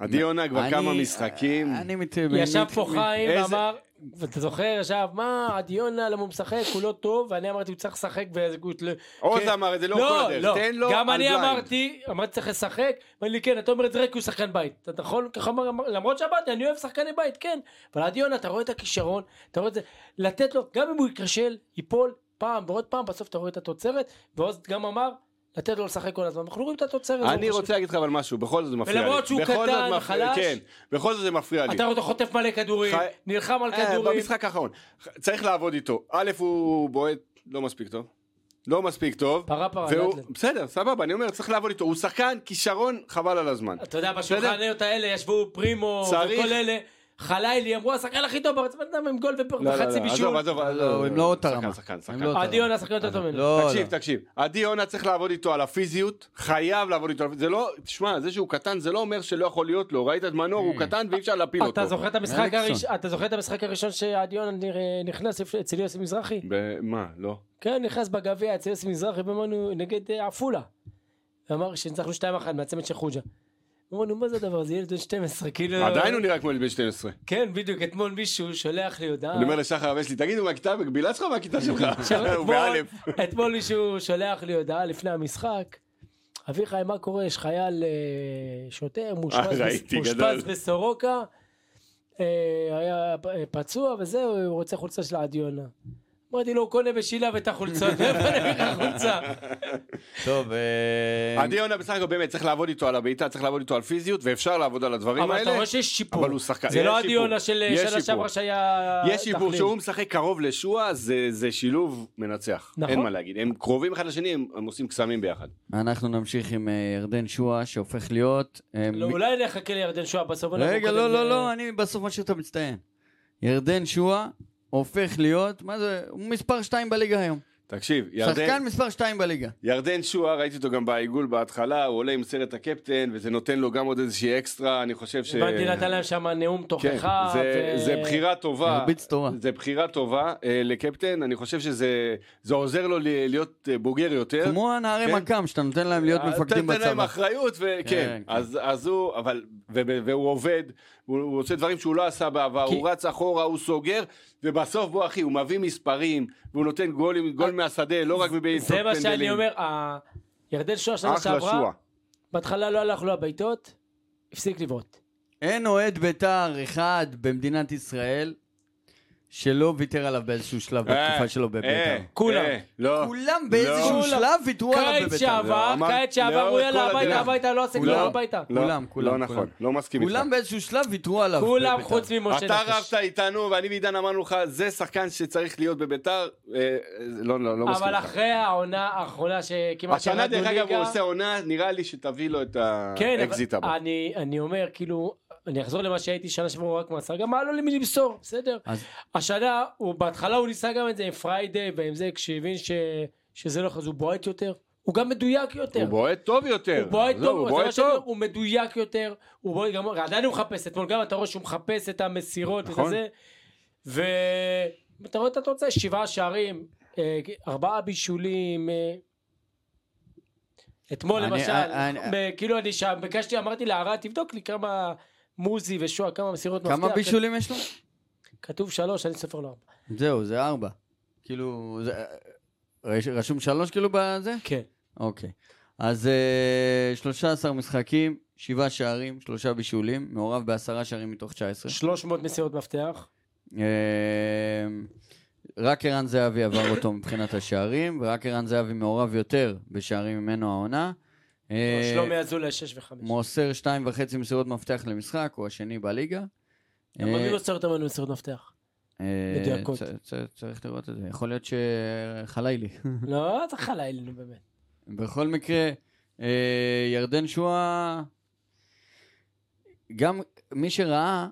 C: עדי יונה כבר
B: אני- אה,
C: כמה משחקים.
B: אני לא מתאים.
D: ישב פה חיים
C: איזה-
D: ואמר, ואתה זוכר, ישב, מה, עד יונה, למה הוא משחק, הוא לא טוב, ואני אמרתי, הוא צריך לשחק, ואז הוא... לא-
C: עוז
D: כן.
C: אמר את זה, לא
D: לא,
C: קודר.
D: לא,
C: תן לו
D: גם אני
C: על בליינד.
D: אמרתי, אמרתי צריך לשחק, אמר לי כן, אתה אומר את זה רק כי הוא שחקן בית, אתה נכון, ככה אמר, אמר- למרות שאמרתי, אני אוהב שחקני בית, כן, אבל עד יונה, אתה רואה את הכישרון, אתה רואה את זה, לתת לו, גם אם הוא ייכשל, ייפול, פעם ועוד פעם, בסוף אתה רואה את התוצרת, ועוז גם אמר, לתת לו לשחק כל הזמן, אנחנו רואים את התוצרת, לא
C: אני
D: ברוך
C: רוצה להגיד לך אבל משהו, בכל זאת זה מפריע לי.
D: ולמרות שהוא
C: בכל זאת
D: קטן
C: מפריע-
D: וחלש-
C: כן, בכל זאת זה מפריע לי.
D: אתה רואה אותו חוטף מלא כדורים,
C: חי-
D: נלחם על
C: אה,
D: כדורים,
C: במשחק האחרון. ח- צריך לעבוד איתו. א', הוא בועט לא מספיק טוב. לא מספיק טוב.
D: פרה פרה,
C: והוא-
D: גטלן.
C: בסדר, סבבה, אני אומר, צריך לעבוד איתו. הוא שחקן, כישרון, חבל על הזמן.
D: אתה יודע, בשולחניות האלה ישבו פרימו
C: צריך-
D: וכל אלה, חליילי אמרו השחקן הכי טוב בארץ, בן אדם עם גול ופר-
C: לא, לא,
D: וחצי
C: לא,
D: בישול,
C: עזוב, עזוב, עזוב.
B: לא, הם לא אותה
C: שחקן,
B: רמה.
C: שחקן,
B: הם
C: שחקן.
B: לא אותה
D: עדי יונה
B: רמה.
D: השחקן יותר טוב ממנו.
B: לא,
C: תקשיב,
B: לא.
C: תקשיב, עדי יונה צריך לעבוד איתו על הפיזיות, חייב לעבוד איתו, על הפיזיות. זה לא, תשמע, זה שהוא קטן זה לא אומר שלא יכול להיות לו, ראית את מנור, הוא
B: אה.
C: קטן ואי אפשר להפיל אותו.
D: אתה זוכר את המשחק
B: אליקסון.
D: הראשון, אתה זוכר את המשחק הראשון שעדיון נכנס לפ- אצל יוסי מזרחי?
C: ב- מה, לא.
D: כן, נכנס בגביע אצל יוסי מזרחי ואמרנו נגד אה, עפולה. אמר שניצחנו 2-1 מהצמד של חוג'ה. אמרנו מה זה הדבר הזה ילד בן 12 כאילו
C: עדיין הוא נראה כמו ילד בן 12.
D: כן בדיוק אתמול מישהו שולח לי הודעה
C: אני אומר לשחר הבן שלי, תגיד, הוא מהכיתה בגבילה שלך או מהכיתה שלך?
D: עכשיו,
C: הוא
D: אתמול-
C: באלף.
D: אתמול מישהו שולח לי הודעה לפני המשחק. אביחי, מה קורה? יש חייל אה, שוטר, מאושפז בס-
C: ראיתי,
D: מאושפז
C: גדול.
D: בסורוקה, אה, היה פ- אה, פצוע וזהו, הוא רוצה חולצה של עד יונה. אמרתי לו, הוא קונה בשילב את החולצות, מאיפה אני אביא לך חולצה?
B: טוב, אה,
C: עדי יונה בסך הכל באמת צריך לעבוד איתו על הבעיטה, צריך לעבוד איתו על פיזיות, ואפשר לעבוד על הדברים
D: אבל אתה
C: האלה.
D: רואה שיש שיפור.
C: אבל הוא שחקן,
D: זה
C: יש
D: לא עד
C: שיפור.
D: יונה של
C: יש
D: שנה
C: שיפור.
D: שעברה שהיה...
C: יש שיפור,
D: דחליל.
C: שהוא משחק קרוב לשועה, זה- זה שילוב מנצח.
D: נכון.
C: אין מה להגיד, הם קרובים אחד לשני, הם הם עושים קסמים ביחד.
B: אנחנו נמשיך עם אה, ירדן שואה, שהופך להיות... אה,
D: לא,
B: מ-
D: אולי נחכה לירדן שואה בסוף. אנחנו
B: רגע,
D: קודם,
B: לא,
D: אה,
B: לא, לא, אני בסוף משאיר את המצטיין. ירדן שואה הופך להיות, מה זה, הוא מספר 2 בליגה היום.
C: תקשיב, ירדן,
B: שחקן מספר 2 בליגה.
C: ירדן שועה, ראיתי אותו גם בעיגול בהתחלה, הוא עולה עם סרט הקפטן, וזה נותן לו גם עוד איזושהי אקסטרה, אני חושב ש...
D: הבנתי, נתן להם שם נאום
C: כן,
D: תוכחה.
C: זה-
D: ו-
C: זה בחירה טובה.
B: מרביץ תורה.
C: זה בחירה טובה אה, לקפטן, אני חושב שזה זה עוזר לו ל- להיות אה, בוגר יותר.
B: כמו הנערי
C: כן.
B: מכ"ם, שאתה נותן להם להיות
C: אה,
B: מפקדים
C: תן להם
B: בצבא.
C: אחריות, וכן,
B: כן.
C: אז אז הוא, אבל, ו- והוא עובד, הוא הוא עושה דברים שהוא לא עשה בעבר,
D: כי-
C: הוא רץ אחורה, הוא סוגר, ובסוף בוא אחי, הוא מביא מספרים, והוא נותן גולים, גול מהשדה, לא רק מבעיטות
D: אה, זה מה שאני
C: פנדלים.
D: אומר, ה- ירדן שואה שנה
C: אחלה שועה.
D: שעברה, בהתחלה לא הלך לו הבעיטות, הפסיק לבעוט.
B: אין אוהד בית"ר אחד במדינת ישראל שלא ויתר עליו באיזשהו שלב בתקופה שלו
C: אה,
B: בבית"ר.
D: כולם.
C: אה, לא.
B: כולם
C: לא.
B: באיזשהו שלב ויתרו עליו
D: קיץ
B: בבית"ר.
D: שעבר,
C: אמר-
D: קיץ שעבר,
C: לאורך
D: הוא יאללה
C: כל
D: הביתה,
C: הדרך.
D: הביתה, לא עושה
C: לא.
D: כלום הביתה.
C: לא,
B: כולם, כולם,
C: לא נכון,
B: כולם.
C: לא מסכים איתך.
B: כולם באיזשהו שלב ויתרו עליו.
D: כולם
B: בבית"ר.
D: חוץ ממשה
C: אתה
D: נפש.
C: רבת איתנו, ואני ועידן אמרנו לך, זה שחקן שצריך להיות בביתר, אה, אה, לא, לא, לא מסכים
D: אבל
C: איתך.
D: אחרי העונה האחרונה שכמעט
C: השנה,
D: ירדנו
C: דרך אגב, הוא
D: ליגה,
C: עושה עונה, נראה לי שתביא לו את
D: כן,
C: האקזיט
D: אבל
C: הבא.
D: אני- אני אומר, כאילו, אני אחזור למה שהייתי שנה שעברה הוא רק מעצר, גם היה לו למי למסור, בסדר.
B: אז-
D: השנה, הוא- בהתחלה הוא ניסה גם את זה עם פריידי ועם זה, כשהבין ש- שזה לא יכול, אז הוא בועט יותר, הוא גם מדויק יותר.
C: הוא בועט טוב יותר.
D: הוא בועט
C: עזוב,
D: טוב,
C: כן, לא, הוא
D: זה מה
C: בועט
D: שאני אומר,
C: טוב.
D: הוא מדויק יותר, הוא בועט גם, עדיין הוא מחפש אתמול, גם אתה רואה שהוא מחפש את המסירות, את
C: נכון.
D: הזה, ואתה רואה את התוצאה, שבעה שערים, אה, ארבעה בישולים, אה. אתמול
B: אני- אה,
D: למשל,
B: אני-
D: ב- כאילו אני שם, ביקשתי, אמרתי להרע, תבדוק לי כמה מוזי ושועה, כמה מסירות
B: כמה
D: מפתח."
B: בישולים יש לו?
D: כתוב שלוש, אני סופר לו ארבע.
B: זהו, זה ארבע. כאילו, זה... רש- רשום שלוש כאילו בזה?
D: כן.
B: אוקיי. אז אה, 13 משחקים, שבעה שערים, שלושה בישולים, מעורב בעשרה שערים מתוך 19.
D: 300 מסירות מפתח,
B: אה, אמ, רק ערן זהבי עבר אותו מבחינת השערים, ורק ערן זהבי מעורב יותר בשערים ממנו העונה.
D: לא,
B: אה,
D: שלומי אזולאי שש וחמש.
B: מוסר שתיים וחצי מסירות מפתח למשחק, הוא השני בליגה.
D: גם
B: אה,
D: אני לא סותר יותר ממנו מסירות מפתח.
B: אה,
D: מדויקות.
B: צ- צ- צריך לראות את זה. יכול להיות שחלילי.
D: לא, אתה חלילה, נו באמת.
B: בכל מקרה, אה, ירדן שואה, גם מי שראה,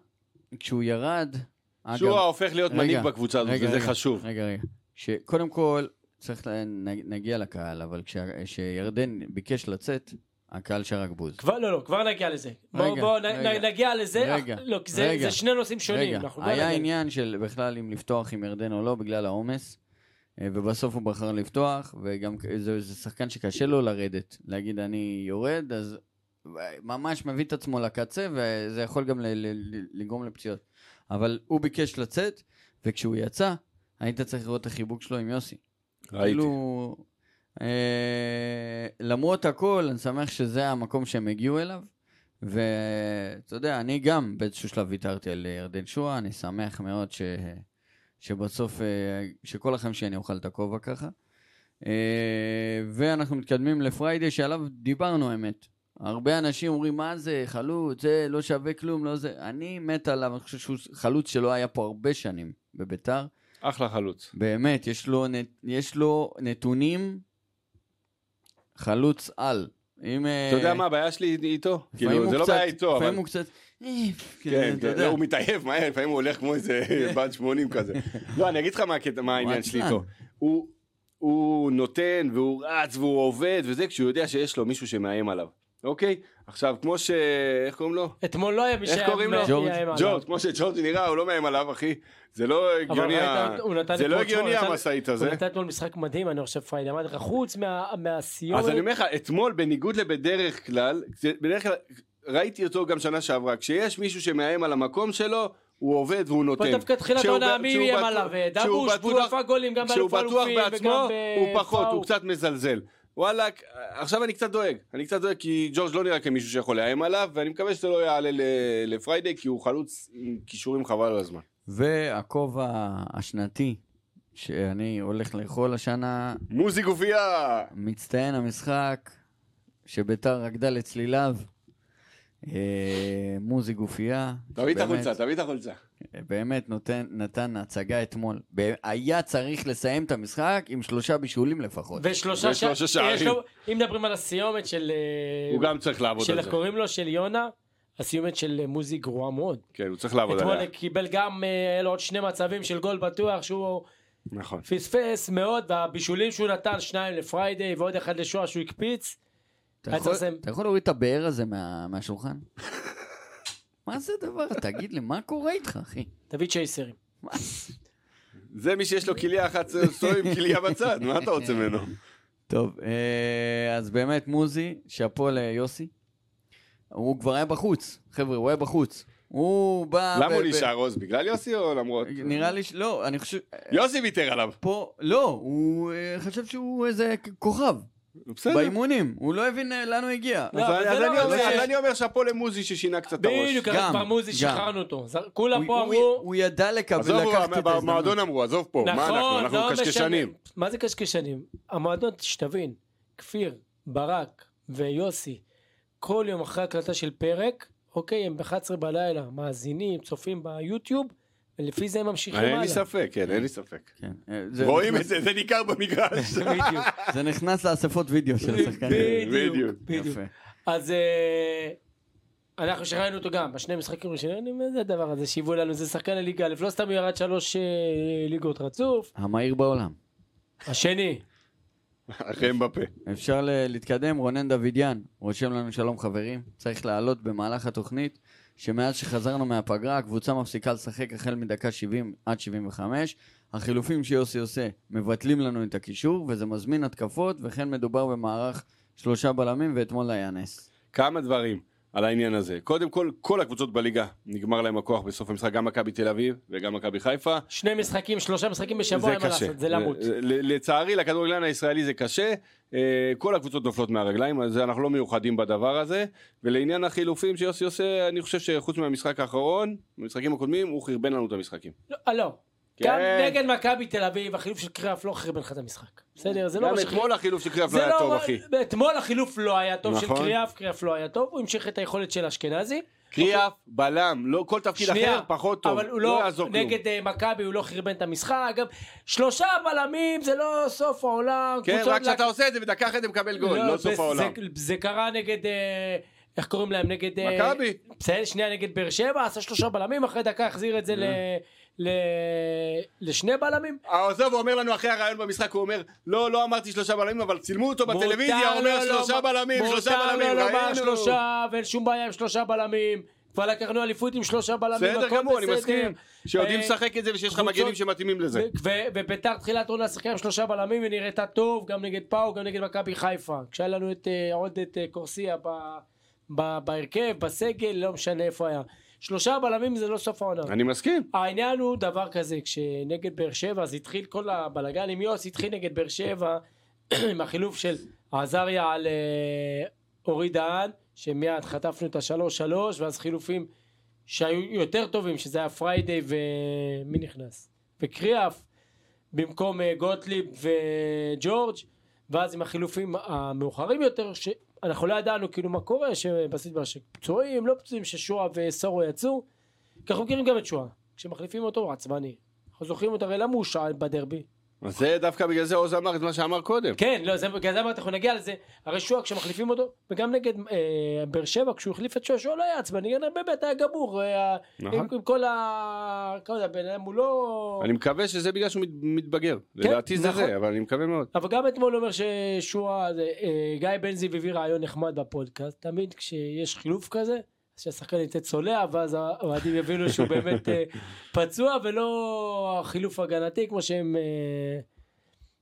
B: כשהוא ירד, אגב...
C: שועה הופך להיות
B: רגע,
C: מנהיג בקבוצה הזאת, וזה חשוב.
B: רגע, רגע. שקודם כל, צריך, לה- נג- נגיע לקהל, אבל כשה- כשירדן ביקש לצאת, הקהל שרק בוז.
D: כבר לא, לא, כבר נגיע לזה. בואו
B: רגע,
D: בוא, נ-
B: רגע.
D: נ- נגיע לזה,
B: רגע,
D: אך- לא, כי זה,
B: רגע.
D: זה שני נושאים שונים.
B: רגע,
D: אנחנו לא
B: היה
D: נגיע-
B: עניין של בכלל אם לפתוח עם ירדן או לא, בגלל העומס. אה, ובסוף הוא בחר לפתוח, וגם כ- זה, זה שחקן שקשה לו לרדת, להגיד אני יורד, אז אה, ממש מביא את עצמו לקצה, וזה יכול גם ל- ל- ל- לגרום לפציעות. אבל הוא ביקש לצאת, וכשהוא יצא, היית צריך לראות את החיבוק שלו עם יוסי.
F: ראיתי.
B: כאילו, אה, למרות הכל, אני שמח שזה המקום שהם הגיעו אליו. ואתה יודע, אני גם באיזשהו שלב ויתרתי על ירדן שואה, אני שמח מאוד ש... שבסוף, אה, שכל החיים שאני אוכל את הכובע ככה. אה, ואנחנו מתקדמים לפריידי, שעליו דיברנו האמת. הרבה אנשים אומרים, מה זה, חלוץ, זה, לא שווה כלום, לא זה. אני מת עליו, אני חושב שהוא חלוץ שלא היה פה הרבה שנים בביתר.
F: אחלה חלוץ.
B: באמת, יש לו, נ- יש לו נתונים חלוץ על. אם...
F: אתה
D: אה,
F: יודע מה הבעיה שלי איתו? כאילו, זה לא בעיה איתו, אבל...
B: לפעמים הוא קצת... אה,
C: כן,
D: כאילו,
B: אתה
C: כן,
B: יודע.
C: לא, הוא מתעייף מהר, לפעמים הוא הולך כמו איזה
D: כן.
C: בת 80 כזה. לא, אני אגיד לך מה הקטע- מה העניין שלי
B: עצלן.
C: איתו. הוא- הוא נותן והוא רץ והוא עובד וזה, כשהוא יודע שיש לו מישהו שמאיים עליו, אוקיי? עכשיו, כמו ש... איך קוראים לו?
D: אתמול לא היה מי
C: איך
D: שהיה...
C: קוראים לו?
B: ג'ורג'.
D: מאיים עליו.
C: ג'ורג', כמו שג'ורג' נראה, הוא לא מאיים עליו, אחי. זה לא הגיוני, ה-
D: ראית, הוא נתן
C: זה לא
D: אתמול-
C: הגיוני
D: הוא נתן-
C: המשאית
D: הוא
C: הזה.
D: נתן אתמול משחק מדהים, אני חושב פריידי, אמרתי לך, חוץ מה- מהסיומת...
C: אז אני אומר לך, אתמול בניגוד לבדרך כלל, זה- בדרך כלל ראיתי אותו גם שנה שעברה, כשיש מישהו שמאיים על המקום שלו, הוא עובד והוא נותן.
D: בוא תפקיד תחילת
C: אוקיי. כשהוא
D: העונה,
C: ב-
D: מי
C: כשהוא
D: איים
C: בטוח-
D: עליו?
C: כשהוא
D: דבוש, והוא
C: בטוח-
D: דפק גולים גם
C: כשהוא
D: באלוף
C: בטוח
D: האלופים וגם
C: בעצמו, הוא פחות, הוא
D: בפאו.
C: קצת מזלזל. וואלק, עכשיו אני קצת דואג, אני קצת דואג כי ג'ורג' לא נראה כמישהו שיכול לאיים עליו, ואני מקווה שזה לא יעלה ל- לפריידי, כי הוא חלוץ עם כישורים חבל על הזמן.
B: והכובע השנתי שאני הולך לאכול השנה,
C: מוזי גופייה!
B: מצטיין המשחק שביתר רקדה לצליליו, אה, מוזי גופייה.
C: תביא את
B: שבאמת-
C: החולצה, תביא את החולצה.
B: באמת נותן, נתן הצגה אתמול. ב- היה צריך לסיים את המשחק עם שלושה בישולים לפחות.
D: ושלושה ש-
C: ושלושה שערים.
D: יש לו- אם מדברים על הסיומת של... אה,
C: הוא גם צריך לעבוד
D: של
C: על
D: איך
C: זה.
D: קוראים לו, של יונה, הסיומת של אה, מוזי גרועה מאוד.
C: כן, הוא צריך לעבוד
D: אתמול
C: עליה.
D: קיבל גם, אה, היה לו עוד שני מצבים של גול בטוח שהוא
C: נכון.
D: פספס מאוד, והבישולים שהוא נתן, שניים לפריידי ועוד אחד לשואה שהוא הקפיץ.
B: אתה
D: היה
B: יכול-
D: צריך לסיים.
B: אתה יכול להוריד את הבאר הזה מה- מהשולחן? מה זה הדבר? תגיד לי, מה קורה איתך, אחי?
D: תביא צ'ייסרים.
C: זה מי שיש לו כליה אחת, זה סובב עם כליה בצד, מה אתה רוצה ממנו?
B: טוב, אה, אז באמת, מוזי, שאפו ליוסי. הוא כבר היה בחוץ, חבר'ה, הוא היה בחוץ. הוא בא...
C: למה
B: ב-
C: הוא
B: ב-
C: נשאר עוז? בגלל יוסי או למרות?
B: נראה לי ש... לא, אני חושב...
C: יוסי ויתר עליו.
B: פה, לא, הוא אה, חשב שהוא איזה כ- כוכב
C: בסדר.
B: באימונים. הוא לא הבין אה, לאן הוא הגיע.
D: לא,
C: אז
D: אבל זה
C: אז
D: לא
C: אני
D: אבל
C: אומר-
D: זה-
C: אז אני אומר שאפו למוזי ששינה קצת את הראש.
D: בדיוק,
B: גם,
D: כבר מוזי
B: גם.
D: שחררנו אותו. זר- כולם
B: הוא-
D: פה
B: הוא-
D: אמרו,
B: הוא ידע לקבל,
C: לא, עזוב, הוא-
B: לקחת את ההזדמנות.
C: במועדון אמרו, עזוב פה, מה אנחנו?
D: נכון,
C: אנחנו
D: לא
C: קשקשנים.
D: משנה. מה זה קשקשנים? המועדון, שתבין, כפיר, ברק ויוסי, כל יום אחרי הקלטה של פרק, אוקיי, הם ב-11 בלילה, מאזינים, צופים ביוטיוב, ולפי זה הם ממשיכים
C: אין לי
D: הלאה.
C: ספק, כן, אין לי ספק.
B: כן, אה, זה-
C: רואים את זה, זה ניכר במגרש.
D: בדיוק.
B: זה נכנס לאספות וידאו של השחקנים.
D: בדיוק,
C: בדיוק.
D: בדיוק. אז אה, אנחנו שראינו אותו גם בשני משחקים ראשונים, אני אומר, זה הדבר הזה שהיוו לנו, זה שחקן לליגה א', לא סתם הוא ירד שלוש אה, ליגות רצוף,
B: המהיר בעולם.
D: השני,
C: אחריהם בפה.
B: אפשר ל- להתקדם, רונן דוידיאן רושם לנו שלום חברים, צריך להעלות במהלך התוכנית שמאז שחזרנו מהפגרה הקבוצה מפסיקה לשחק החל מדקה 70 עד 75, החילופים שיוסי עושה מבטלים לנו את הקישור וזה מזמין התקפות וכן מדובר במערך שלושה בלמים ואתמול היה נס.
C: כמה דברים על העניין הזה. קודם כל, כל הקבוצות בליגה, נגמר להם הכוח בסוף המשחק, גם מכבי תל אביב וגם מכבי חיפה.
D: שני משחקים, שלושה משחקים בשבוע, אין מה לעשות, זה למות.
C: ל- ל- לצערי, לכדורגלן הישראלי זה קשה. אה, כל הקבוצות נופלות מהרגליים, אז אנחנו לא מיוחדים בדבר הזה. ולעניין החילופים שיוסי עושה, אני חושב שחוץ מהמשחק האחרון, במשחקים הקודמים, הוא חרבן לנו את המשחקים.
D: לא, אה, לא.
C: כן.
D: גם נגד מכבי תל אביב, החילוף של קריאף לא חרבן לך את המשחק. בסדר, זה לא
C: גם
D: מה
C: אתמול החילוף של קריאף
D: זה
C: לא היה
D: לא
C: טוב,
D: מה-
C: אחי.
D: אתמול החילוף לא היה טוב של
C: נכון.
D: קריאף, קריאף לא היה טוב, הוא המשיך את היכולת של אשכנזי.
C: קריאף, בלם, לא כל תפקיד אחר, פחות טוב.
D: אוקיי. אבל הוא
C: לא
D: לא,
C: יעזור כלום.
D: נגד אה, מכבי הוא לא חרבן את המשחק, גם שלושה בלמים זה לא סוף העולם.
C: כן,
D: קבוצות
C: רק
D: לה-
C: כשאתה עושה את זה בדקה אחת הם מקבל גול, לא
D: זה-
C: סוף
D: זה-
C: העולם.
D: זה קרה נגד, אה, איך קוראים להם? נגד... אה,
C: מכבי.
D: בסדר, שנייה נגד באר שבע, עשה שלושה בלמים, אחרי דקה החזיר
C: אה.
D: את זה ל- ל- לשני בלמים.
C: העוזב אומר לנו אחרי הרעיון במשחק, הוא אומר, לא, לא אמרתי שלושה בלמים, אבל צילמו אותו בטלוויזיה, הוא
D: מותר
C: אומר
D: לו
C: שלושה
D: לומר-
C: בלמים, שלושה בלמים,
D: מותר לו לומר
C: ראינו.
D: שלושה, ואין שום בעיה עם שלושה בלמים. כבר לקחנו אליפות עם שלושה בלמים,
C: בסדר
D: הכל
C: גמור, אני
D: בסדר.
C: מסכים. שיודעים
D: אה,
C: לשחק את זה ושיש לך
D: קבוצות-
C: מגנים שמתאימים לזה.
D: ו- ו- וביתר תחילת עונה שיחקה עם שלושה בלמים ונראתה טוב גם נגד פאו גם נגד מכבי חיפה כשהיה לנו את אה, עוד את אה, קורסיה ב- ב- בהרכב בסגל לא משנה איפה היה שלושה בלמים זה לא סוף העונה
C: אני מסכים.
D: העניין הוא דבר כזה כשנגד באר שבע אז התחיל כל הבלגן עם יוס התחיל נגד באר שבע עם החילוף של עזריה על אה, אורי דהן שמיד חטפנו את השלוש שלוש ואז חילופים שהיו יותר טובים שזה היה פריידי ומי נכנס וקריאף במקום אה, גוטליב וג'ורג' ואז עם החילופים המאוחרים יותר שאנחנו לא ידענו כאילו מה קורה שבסית שפצועים לא פצועים ששועה וסורו יצאו כי אנחנו מכירים גם את שואה, כשמחליפים אותו הוא עצבני. אנחנו זוכרים אותו, הרי למה הוא שאל בדרבי?
C: אז זה דווקא בגלל זה עוז אמר את מה שאמר קודם.
D: כן, לא, זה בגלל זה אמרתי, אנחנו נגיע לזה. הרי שואה כשמחליפים אותו, וגם נגד אה, באר שבע, כשהוא החליף את שואה, שואה לא היה עצבני, גם באמת היה גמור. אה,
C: נכון.
D: עם, עם כל ה... כמה זה, הבן אדם הוא לא...
C: אני מקווה שזה בגלל שהוא מת- מתבגר. לדעתי זה
D: נכון.
C: זה, אבל אני מקווה מאוד.
D: אבל גם אתמול אומר ששועה, זה, אה, גיא בן זיו הביא רעיון נחמד בפודקאסט, תמיד כשיש חילוף כזה, אז שהשחקן יצא צולע, ואז האוהדים יבינו שהוא באמת אה, פצוע, ולא חילוף הגנתי כמו שהם אה,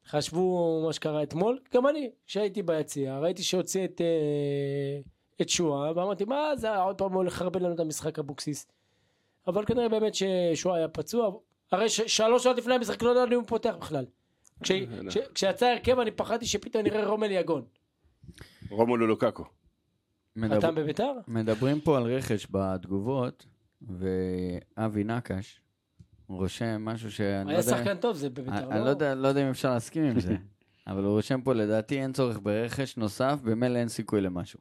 D: חשבו מה שקרה אתמול. גם אני, כשהייתי ביציע, ראיתי שהוציא את, אה, את שועה, ואמרתי, מה זה, עוד פעם הוא לחרבן לנו את המשחק אבוקסיס. אבל כנראה באמת ששועה היה פצוע, הרי ש- שלוש שעות לפני המשחק לא ידענו אם הוא פותח בכלל. כש-
B: אה,
D: כש-
B: לא.
D: כשיצא ההרכב אני פחדתי שפתאום נראה רומל יגון.
C: רומולו לוקקו.
B: כן,
D: אתה בביתר?
B: מדברים פה על רכש בתגובות, ואבי נקש רושם משהו שאני לא
D: היה
B: יודע...
D: שחקן טוב זה בביתר,
B: אני לא יודע- לא יודע אם אפשר להסכים עם זה, אבל הוא רושם פה, לדעתי אין צורך ברכש נוסף, במילא אין סיכוי למשהו.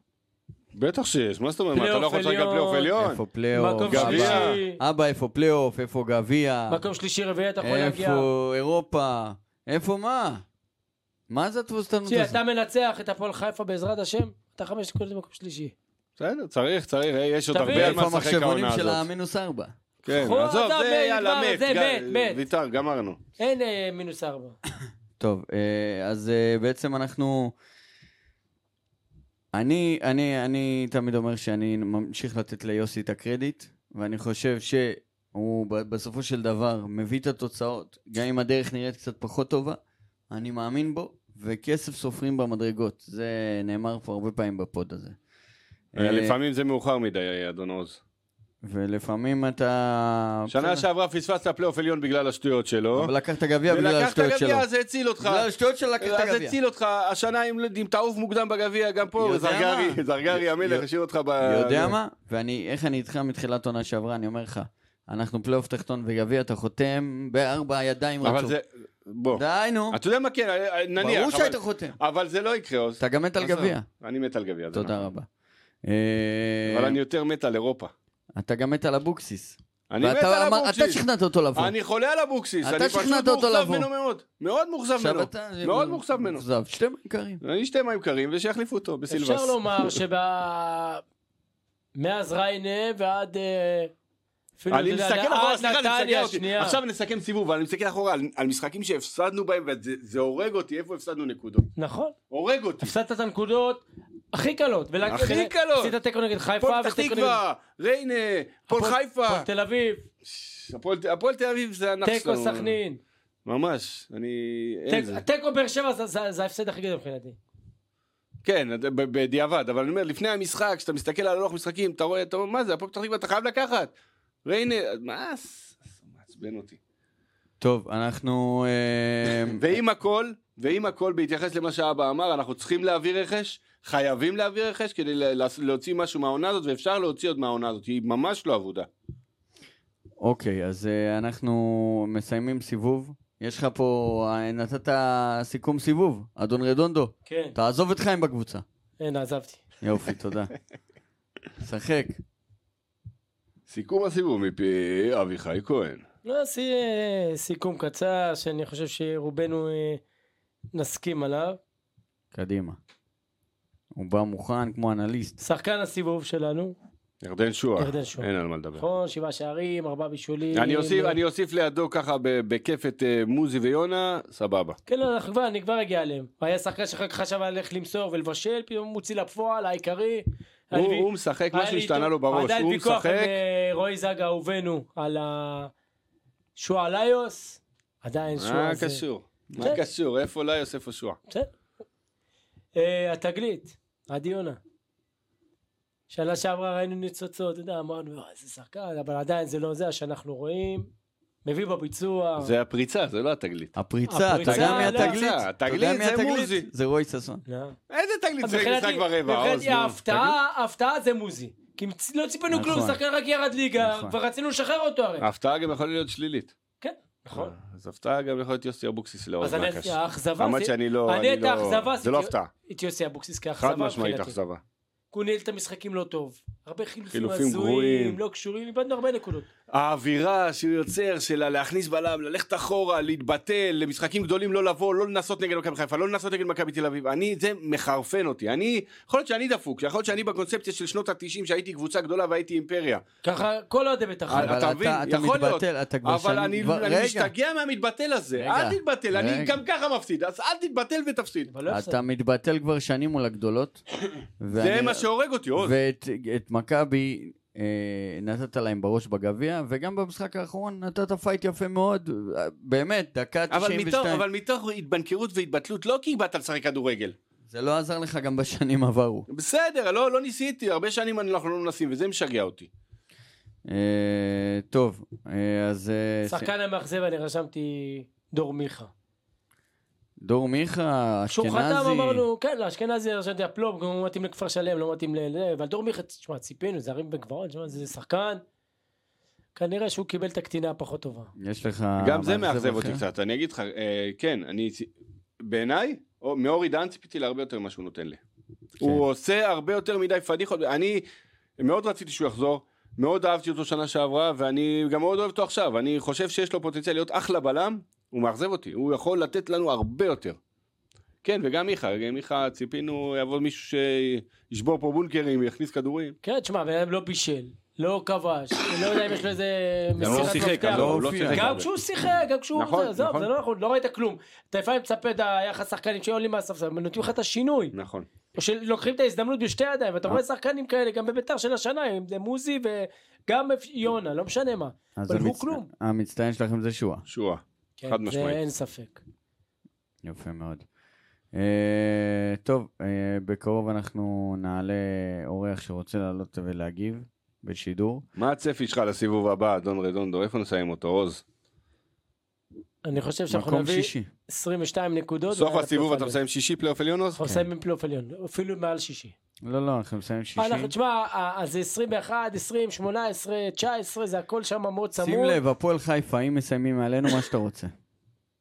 C: בטח שיש, מה זאת אומרת? מה, אתה לא
D: פלייאוף
C: יכול לשחק גם פלייאוף
D: עליון.
C: עליון?
B: איפה פלייאוף,
D: מקום
B: אבא.
D: שלישי.
B: אבא, איפה פלייאוף, איפה גביע,
D: מקום שלישי רביעי אתה יכול להגיע.
B: איפה אירופה, איפה מה? מה זה התבוסתנות
D: תשמע,
B: הזאת?
D: אתה מנצח את הפועל חיפה בעזרת השם, אתה חמש נקודות במקום שלישי.
C: בסדר, צריך, צריך, אה, יש עוד
D: תביא.
C: הרבה על
B: איפה
C: מה לשחק
B: המחשבונים
C: העונה
B: של
C: הזאת.
B: המינוס ארבע?
C: כן,
D: חו-
C: עזוב,
D: עזוב,
C: זה
D: זה
C: יאללה,
D: נגמר,
C: מת,
D: זה
C: גל,
D: מת, מת.
C: ויתר, גמרנו.
D: אין אה, מינוס ארבע.
B: טוב, אה, אז אה, בעצם אנחנו... אני, אני, אני תמיד אומר שאני ממשיך לתת ליוסי את הקרדיט, ואני חושב שהוא ב- בסופו של דבר מביא את התוצאות, גם אם הדרך נראית קצת פחות טובה, אני מאמין בו, וכסף סופרים במדרגות. זה נאמר פה הרבה פעמים בפוד הזה. אה,
C: לפעמים זה מאוחר מדי, אדון עוז.
B: ולפעמים אתה...
C: שנה
B: אה, בסדר.
C: שעברה פספסת פלייאוף עליון בגלל השטויות שלו.
B: אבל לקחת גביע בגלל
C: ולקחת
B: השטויות שלו.
C: גביע, אז זה הציל אותך.
B: בגלל השטויות שלו לקחת
C: אז
B: גביע.
C: הציל אותך, השנה אם אם תעוף מוקדם בגביע, גם פה
B: יודע
C: זרגרי,
B: מה?
C: זרגרי המלך
B: י-
C: השאיר אותך ב...
B: יודע מה? ואני, איך אני איתך מתחילת עונה שעברה, אני אומר לך, אנחנו פלייאוף תחתון וגביע, אתה חותם בארבע ידיים
C: אבל
B: רצוף.
C: זה... בוא.
B: די נו,
C: אתה יודע מה כן, נניח.
B: ברור
C: אבל-
B: שהיית חותם.
C: אבל זה לא יקרה, עוז.
B: אתה גם מת על
C: עזוב.
B: גביע.
C: אני מת על גביע. זה
B: תודה
C: נכון.
B: רבה. אה,
C: אבל אני יותר מת על אירופה.
B: אתה גם מת על אבוקסיס.
C: אני מת
B: ואתה
C: על
B: אמר- אתה
C: אבוקסיס.
B: שכנעת אותו לבוא.
C: אני חולה על אבוקסיס.
B: אתה
C: אני פשוט
B: שכנעת אותו
C: מאוכזב
B: לבוא.
C: ממנו מאוד. מאוד מאוכזב
B: עכשיו
C: ממנו.
B: אתה-
C: מאוד מאוכזב ממנו.
B: מאוכזב, שתי מכרים.
C: אני אשתה מים קרים ושיחליפו אותו בסילבס.
D: אפשר לומר שב- מאז ריינה ועד... אה, אפילו,
C: אני
D: אתה יודע,
C: מסתכל
D: עד
C: אחורה, סליחה,
D: נתניה,
C: אני מסתכל
D: שנייה.
C: אותי. עכשיו נסכם סיבוב, אבל אני מסתכל אחורה על- על משחקים שהפסדנו בהם, וזה הורג אותי, איפה הפסדנו נקודות.
D: נכון.
C: הורג אותי.
D: הפסדת את הנקודות הכי קלות. ולה-
C: הכי
D: ולה-
C: קלות.
D: עשית תיקו נגד חיפה
C: הפועל פתח
D: ותיקו נגד-
C: תקווה, ריינה, הפועל חיפה.
D: הפועל תל אביב,
C: הפועל- הפועל תל אביב זה הנח
D: תיקו סכנין.
C: ממש, אני... אין זה.
D: תיקו- תיקו באר שבע זה- זה זה ההפסד הכי גדול מבחינתי.
C: כן, ב- בדיעבד, אבל אני אומר, לפני המשחק, כשאתה מסתכל על הלוח משחקים, אתה רואה, אתה אומר, מה זה, הפועל פתח תקווה, אתה חייב לקחת. ריינה, מה? זה מעצבן אותי.
B: טוב, אנחנו... אה,
C: ועם הכל, ועם הכל, בהתייחס למה שאבא אמר, אנחנו צריכים להביא רכש, חייבים להביא רכש כדי לה- לה- להוציא משהו מהעונה הזאת, ואפשר להוציא עוד מהעונה הזאת, היא ממש לא אבודה.
B: אוקיי, אז אה, אנחנו מסיימים סיבוב. יש לך פה, אה, נתת סיכום סיבוב, אדון רדונדו.
D: כן.
B: תעזוב את חיים בקבוצה.
D: אין, כן, אה, עזבתי.
B: יופי, תודה. שחק.
C: סיכום הסיבוב מפי אביחי כהן.
D: לא, סי- אה, סיכום קצר, שאני חושב שרובנו אה, נסכים עליו.
B: קדימה. הוא בא מוכן כמו אנליסט.
D: שחקן הסיבוב שלנו,
C: ירדן שועה.
D: ירדן שועה.
C: אין על מה לדבר.
D: נכון, שבעה שערים, ארבעה בישולים.
C: אני אוסיף,
D: אה,
C: אני אוסיף לידו ככה ב- בכיף את אה, מוזי ויונה, סבבה.
D: כן, לא, אנחנו כבר, אני כבר אגיע אליהם. היה שחקן שאחר כך חשב על איך למסור ולבשל, פתאום הוא מוציא לפועל, העיקרי.
C: הוא
D: היה לי-
C: הוא משחק,
D: היה
C: משהו
D: לי
C: השתנה
D: איתו-
C: לו בראש,
D: היה לי
C: הוא
D: ויכוח עם
C: משחק,
D: אה, רועי זאגה אהובנו על ה... שועה ליוס, עדיין
C: מה
D: שועה זה... כן.
C: קשור? מה
D: בסדר.
C: קשור? איפה ליוס, איפה שועה?
D: בסדר. אה, התגלית, עדי יונה. שנה שעברה ראינו ניצוצות, אתה יודע, אמרנו, "אה, איזה שחקן, אבל עדיין זה לא זה, שאנחנו רואים. מביא בביצוע.
C: זה הפריצה, זה לא התגלית.
B: הפריצה, אתה יודע
D: הפריצה,
B: מי
D: לא.
B: התגלית? אתה יודע
C: התגלית
B: מי
C: זה
B: התגלית?
C: מוזי.
B: זה רועי ששון.
D: לא.
C: איזה תגלית זה
D: מבחינתי-
C: משחק ברבע? עוז,
D: מבחינתי
C: נו.
D: ההפתעה, ההפתעה זה מוזי. כי מצ- לא ציפינו
B: נכון.
D: כלום, שחקן רק ירד ליגה,
B: נכון.
D: ורצינו לשחרר אותו הרי.
C: תגיד. ההפתעה גם יכולה להיות שלילית.
D: כן, נכון.
C: אז הפתעה גם יכול להיות יוסי אבוקסיס לעוד
D: אז אני-
C: מהקש.
D: האכזבה,
C: למרות
D: זה-
C: שאני לא...
D: אני
C: אני
D: את
C: לא-
D: האכזבה
C: זה לא
D: עשיתי-
C: הפתעה.
D: את יוסי אבוקסיס
C: חד
D: כאכזבה
C: משמעית
D: מבחינתי.
C: אכזבה.
D: הוא ניהל את המשחקים לא טוב. הרבה חילופים
C: חילופים
D: הזויים,
C: גרועים.
D: לא קשורים, איבדנו הרבה נקודות.
C: האווירה שהוא יוצר של להכניס בלם, ללכת אחורה, להתבטל, למשחקים גדולים לא לבוא, לא לנסות נגד מכבי חיפה, לא לנסות נגד מכבי תל אביב. אני, זה מחרפן אותי. אני, יכול להיות שאני דפוק, יכול להיות שאני בקונספציה של שנות התשעים, שהייתי קבוצה גדולה והייתי אימפריה.
D: ככה כל אוהדי בית"ר.
C: אבל
B: אבל
C: אתה מבין,
B: אתה
C: יכול להיות.
B: מתבטל, אתה כבר
C: אבל
B: שנים-
C: אני,
B: כבר-
C: אני
B: רגע.
C: משתגע מהמתבטל הזה,
B: רגע,
C: אל תתבטל, אני
B: רגע.
C: גם ככה מפסיד, אז אל תתבטל ותפסיד.
D: אבל לא הפסדנו.
B: אתה מתבטל כבר שנים מול הגדולות.
C: זה
B: ואני-
C: מה שהורג אותי, עוז.
B: ואת את מכבי אה, נתת להם בראש בגביע, וגם במשחק האחרון נתת פייט יפה מאוד, אה, באמת, דקה
C: אבל מתוך,
B: 92.
C: אבל מתוך התבנקרות והתבטלות, לא כי באת לשחק כדורגל.
B: זה לא עזר לך גם בשנים עברו.
C: בסדר, לא, לא ניסיתי, הרבה שנים אנחנו לא מנסים, וזה משגע אותי.
B: אה, טוב, אה, אז... אה,
D: שחקן המאכזב, אני רשמתי דור מיכה.
B: דור מיכה,
D: כשהוא
B: אשכנזי.
D: חתם אמרנו, כן, לאשכנזי רשמתי הפלופ, גם הוא מתאים לכפר שלם, לא מתאים לזה, אבל דור מיכה, תשמע, ציפינו, זה הרים בגבעות, תשמע, זה שחקן. כנראה שהוא קיבל את הקטינה הפחות טובה.
B: יש לך...
C: גם זה
B: מאכזב
C: מאכזב אותי
B: אחר?
C: קצת, אני אגיד לך, אה, כן, אני, צי- בעיניי, או- מאורי דן ציפיתי להרבה יותר ממה שהוא נותן לי. הוא עושה הרבה יותר מדי פדיחות, אני מאוד רציתי שהוא יחזור, מאוד אהבתי אותו שנה שעברה, ואני גם מאוד אוהב אותו עכשיו, אני חושב שיש לו פוטנציאל להיות אחלה בלם, הוא מאכזב אותי, הוא יכול לתת לנו הרבה יותר. כן, וגם מיכה, גם מיכה ציפינו יבוא מישהו שישבור פה בונקרים, יכניס כדורים.
D: כן, תשמע, בן אדם לא בישל, לא כבש, אני לא יודע אם יש לו איזה
C: גם לא
D: מסירת
C: שיחק,
D: מפתח.
C: אבל הוא לא
B: הופיע.
C: שיחק.
D: גם
C: הרבה.
D: כשהוא שיחק, גם כשהוא...
C: נכון,
D: זה- עזוב,
C: נכון.
D: זה לא נכון, לא ראית כלום. אתה לפעמים מצפה את היחס שחקנים שעולים מהספסל, הם נותנים לך את השינוי.
C: נכון.
D: או שלוקחים את ההזדמנות בשתי ידיים,
C: אה.
D: ואתה רואה שחקנים כאלה גם בביתר של השנה, אם זה מוזי וגם יונה, לא משנה מה.
B: אז
D: אבל הוא
B: המצט-
D: כלום.
B: המצטיין שלכם זה שועה.
C: שועה.
D: כן,
C: חד
D: זה
C: משמעית.
D: אין ספק.
B: יפה מאוד. אה, טוב, אה, בקרוב אנחנו נעלה אורח שרוצה לעלות ולהגיב בשידור.
C: מה הצפי שלך לסיבוב הבא, אדון רדונדו? איפה נסיים אותו, עוז?
D: אני חושב שאנחנו
B: מקום
D: נביא
B: שישי.
D: 22
B: לא
D: נקודות.
C: סוף
D: ועל
C: הסיבוב
D: הפלייאוף
C: אתה כן.
D: העליון.
C: מסיים שישי פלייאוף עליון, עוז?
D: אנחנו מסיימים פלייאוף עליון, אפילו מעל שישי.
B: לא, לא, אנחנו מסיימים שישי.
D: אנחנו, תשמע, ה- ה- זה 21, 20, 18, 19, זה הכל שם מאוד צמוד.
B: שים לב, הפועל חיפה, אם מסיימים עלינו, מה שאתה רוצה.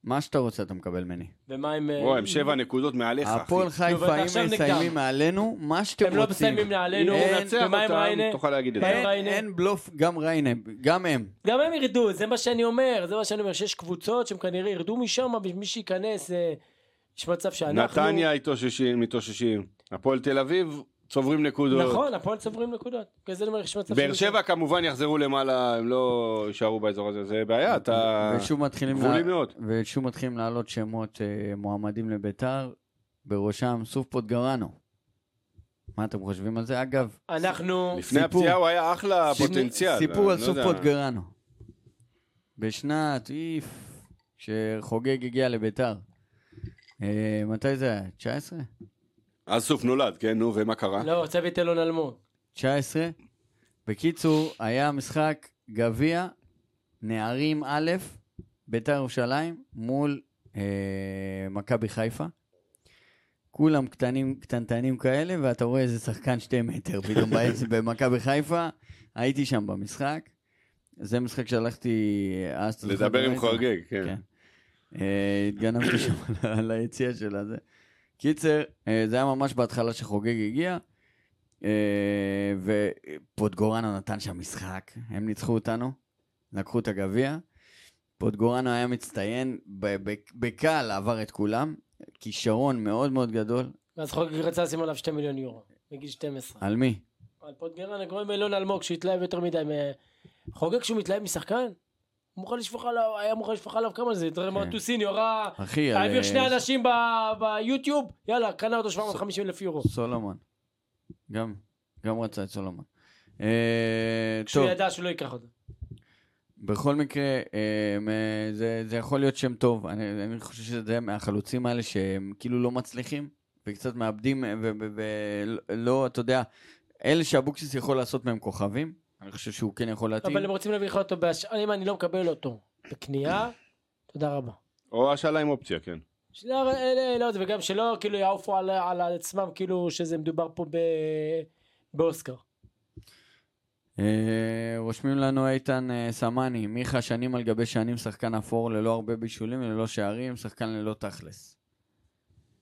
B: מה שאתה רוצה אתה מקבל ממני.
D: ומה עם... אה,
C: וואי, הם שבע נקודות מעליך, אחי.
B: הפועל
D: נו,
B: חיפה,
D: ואתה
B: אם
D: עכשיו נגדם.
B: מסיימים עלינו, מה שאתם
D: הם
B: רוצים.
D: לא מסיימים עלינו,
B: אין-
C: ננצח
D: ומה עם ריינה?
C: אותם, תוכל להגיד את
D: מה עם
C: זה.
B: אין-
D: ריינה?
B: אין בלוף, גם ריינה, גם הם.
D: גם הם ירדו, זה מה שאני אומר, זה מה שאני אומר, שיש קבוצות שהם כנראה ירדו משם, ומי שייכנס, אה, יש מצב שאנחנו...
C: נתניה מתאוששים, מתאוששים. הפועל תל אביב צוברים נקודות.
D: נכון, הפועל צוברים נקודות. בגלל זה אני אומר, יש מצב...
C: לא. באר
D: שהם-
C: שבע כמובן יחזרו למעלה, הם לא יישארו באזור הזה, זה בעיה, אתה...
B: ושוב מתחילים...
C: גבולי
B: לה-
C: מאוד.
B: ושוב מתחילים לעלות שמות אה, מועמדים לביתר, בראשם סוף פוטגרנו. מה אתם חושבים על זה? אגב,
D: אנחנו...
C: לפני
B: סיפור.
C: הפציעה הוא היה אחלה
B: סיפור-
C: אה, פוטנציאל.
B: סיפור על
C: אני לא
B: סוף
C: יודע.
B: פוטגרנו. בשנת איף, שחוגג הגיע לביתר. אה, מתי זה היה? 19?
C: אז סוף נולד, כן, נו, ומה קרה?
D: לא, צוות אלון אלמוג.
B: 19. בקיצור, היה משחק גביע, נערים א', ביתר ירושלים, מול אה, מכבי חיפה. כולם קטנים, קטנטנים כאלה, ואתה רואה איזה שחקן שתי מטר פתאום באמצע במכבי חיפה. הייתי שם במשחק. זה משחק שהלכתי אז... אתה זוכר,
C: לדבר עם
B: ראית?
C: חוגג, כן.
B: כן. אה, התגנבתי שם על ה- על היציע של הזה. קיצר, אה, זה היה ממש בהתחלה שחוגג הגיע, אה, ופוטגורנו נתן שם משחק, הם ניצחו אותנו, לקחו את הגביע. פוטגורנו היה מצטיין, ב- ב- בקל עבר את כולם, כישרון מאוד מאוד גדול.
D: אז חוגג רצה לשים עליו 2 מיליון יורו, בגיל 12.
B: על מי?
D: על פוטגרן, כמו עם אלון אלמוג, שהתלהב יותר מדי. מ- חוגג כשהוא מתלהב משחקן? הוא מוכן לשפוך עליו, היה מוכן לשפוך עליו כמה זה,
C: כן.
D: תראה מה טוסיני, הורה,
B: אחי, על
D: העביר
B: אה,
D: שני אנשים ב- ביוטיוב, יאללה, קנה אותו 750 אלף יורו.
B: סולומון. גם. גם רצה את סולומון. אה,
D: כשהוא
B: טוב,
D: ידע שהוא לא ייקח אותו.
B: בכל מקרה, אה, מ- זה, זה יכול להיות שם טוב. אני, אני חושב שזה מהחלוצים האלה שהם כאילו לא מצליחים, וקצת מאבדים, אה, ולא, אתה יודע, אלה שאבוקסיס יכול לעשות מהם כוכבים, אני חושב שהוא כן יכול להתאים.
D: אבל הם רוצים להביא לך אותו, בהש- אם אני לא מקבל אותו בקנייה, תודה רבה.
C: או השאלה עם אופציה, כן.
D: שלא, אלה- לא, זה וגם שלא כאילו יעופו על, על עצמם כאילו שזה מדובר פה ב, באוסקר.
B: אה, רושמים לנו איתן אה, סמני, מיכה שנים על גבי שנים שחקן אפור ללא הרבה בישולים וללא שערים, שחקן ללא תכלס.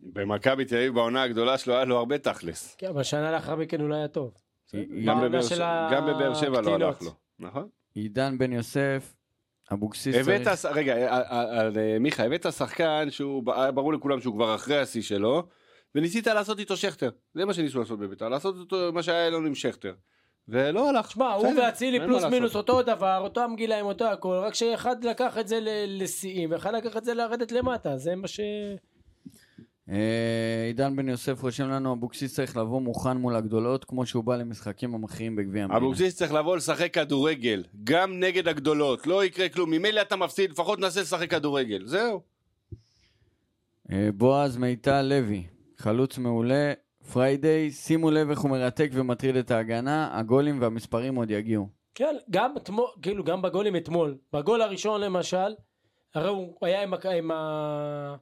C: במכבי תל אביב בעונה הגדולה שלו היה לו הרבה תכלס.
D: כן, אבל שנה לאחר מכן אולי היה טוב.
C: גם
D: בעונה
C: בבאר
D: של
C: ש- גם בבאר שבע לא
D: הקטינות.
C: הלך לו. נכון.
B: עידן בן יוסף, אבוקסיס
C: הבאת,
B: צריך...
C: ש- רגע, על- על- על- אה, מיכה, הבאת שחקן שהוא, ב- היה ברור לכולם שהוא כבר אחרי השיא שלו, וניסית לעשות איתו שכטר. זה מה שניסו לעשות בביתר, לעשות אותו מה שהיה לנו עם שכטר. ולא הלך.
D: שמע, הוא
C: בסדר,
D: ואצילי
C: אין מה
D: פלוס
C: לעשות.
D: מינוס אותו דבר, אותו המגילה עם אותו הכל, רק שאחד לקח את זה ל- לשיאים, ואחד לקח את זה לרדת למטה, זה מה ש...
B: אה, עידן בן יוסף רושם לנו, אבוקסיס צריך לבוא מוכן מול הגדולות, כמו שהוא בא למשחקים המכריעים בגביע המדינה.
C: אבוקסיס צריך לבוא לשחק כדורגל, גם נגד הגדולות, לא יקרה כלום, ממילא אתה מפסיד, לפחות ננסה לשחק כדורגל, זהו.
B: אה, בועז מיטל לוי, חלוץ מעולה, פריידיי, שימו לב איך הוא מרתק ומטריד את ההגנה, הגולים והמספרים עוד יגיעו.
D: כן, גם אתמול, כאילו גם בגולים אתמול, בגול הראשון למשל, הרי הוא היה עם, ה- עם ה...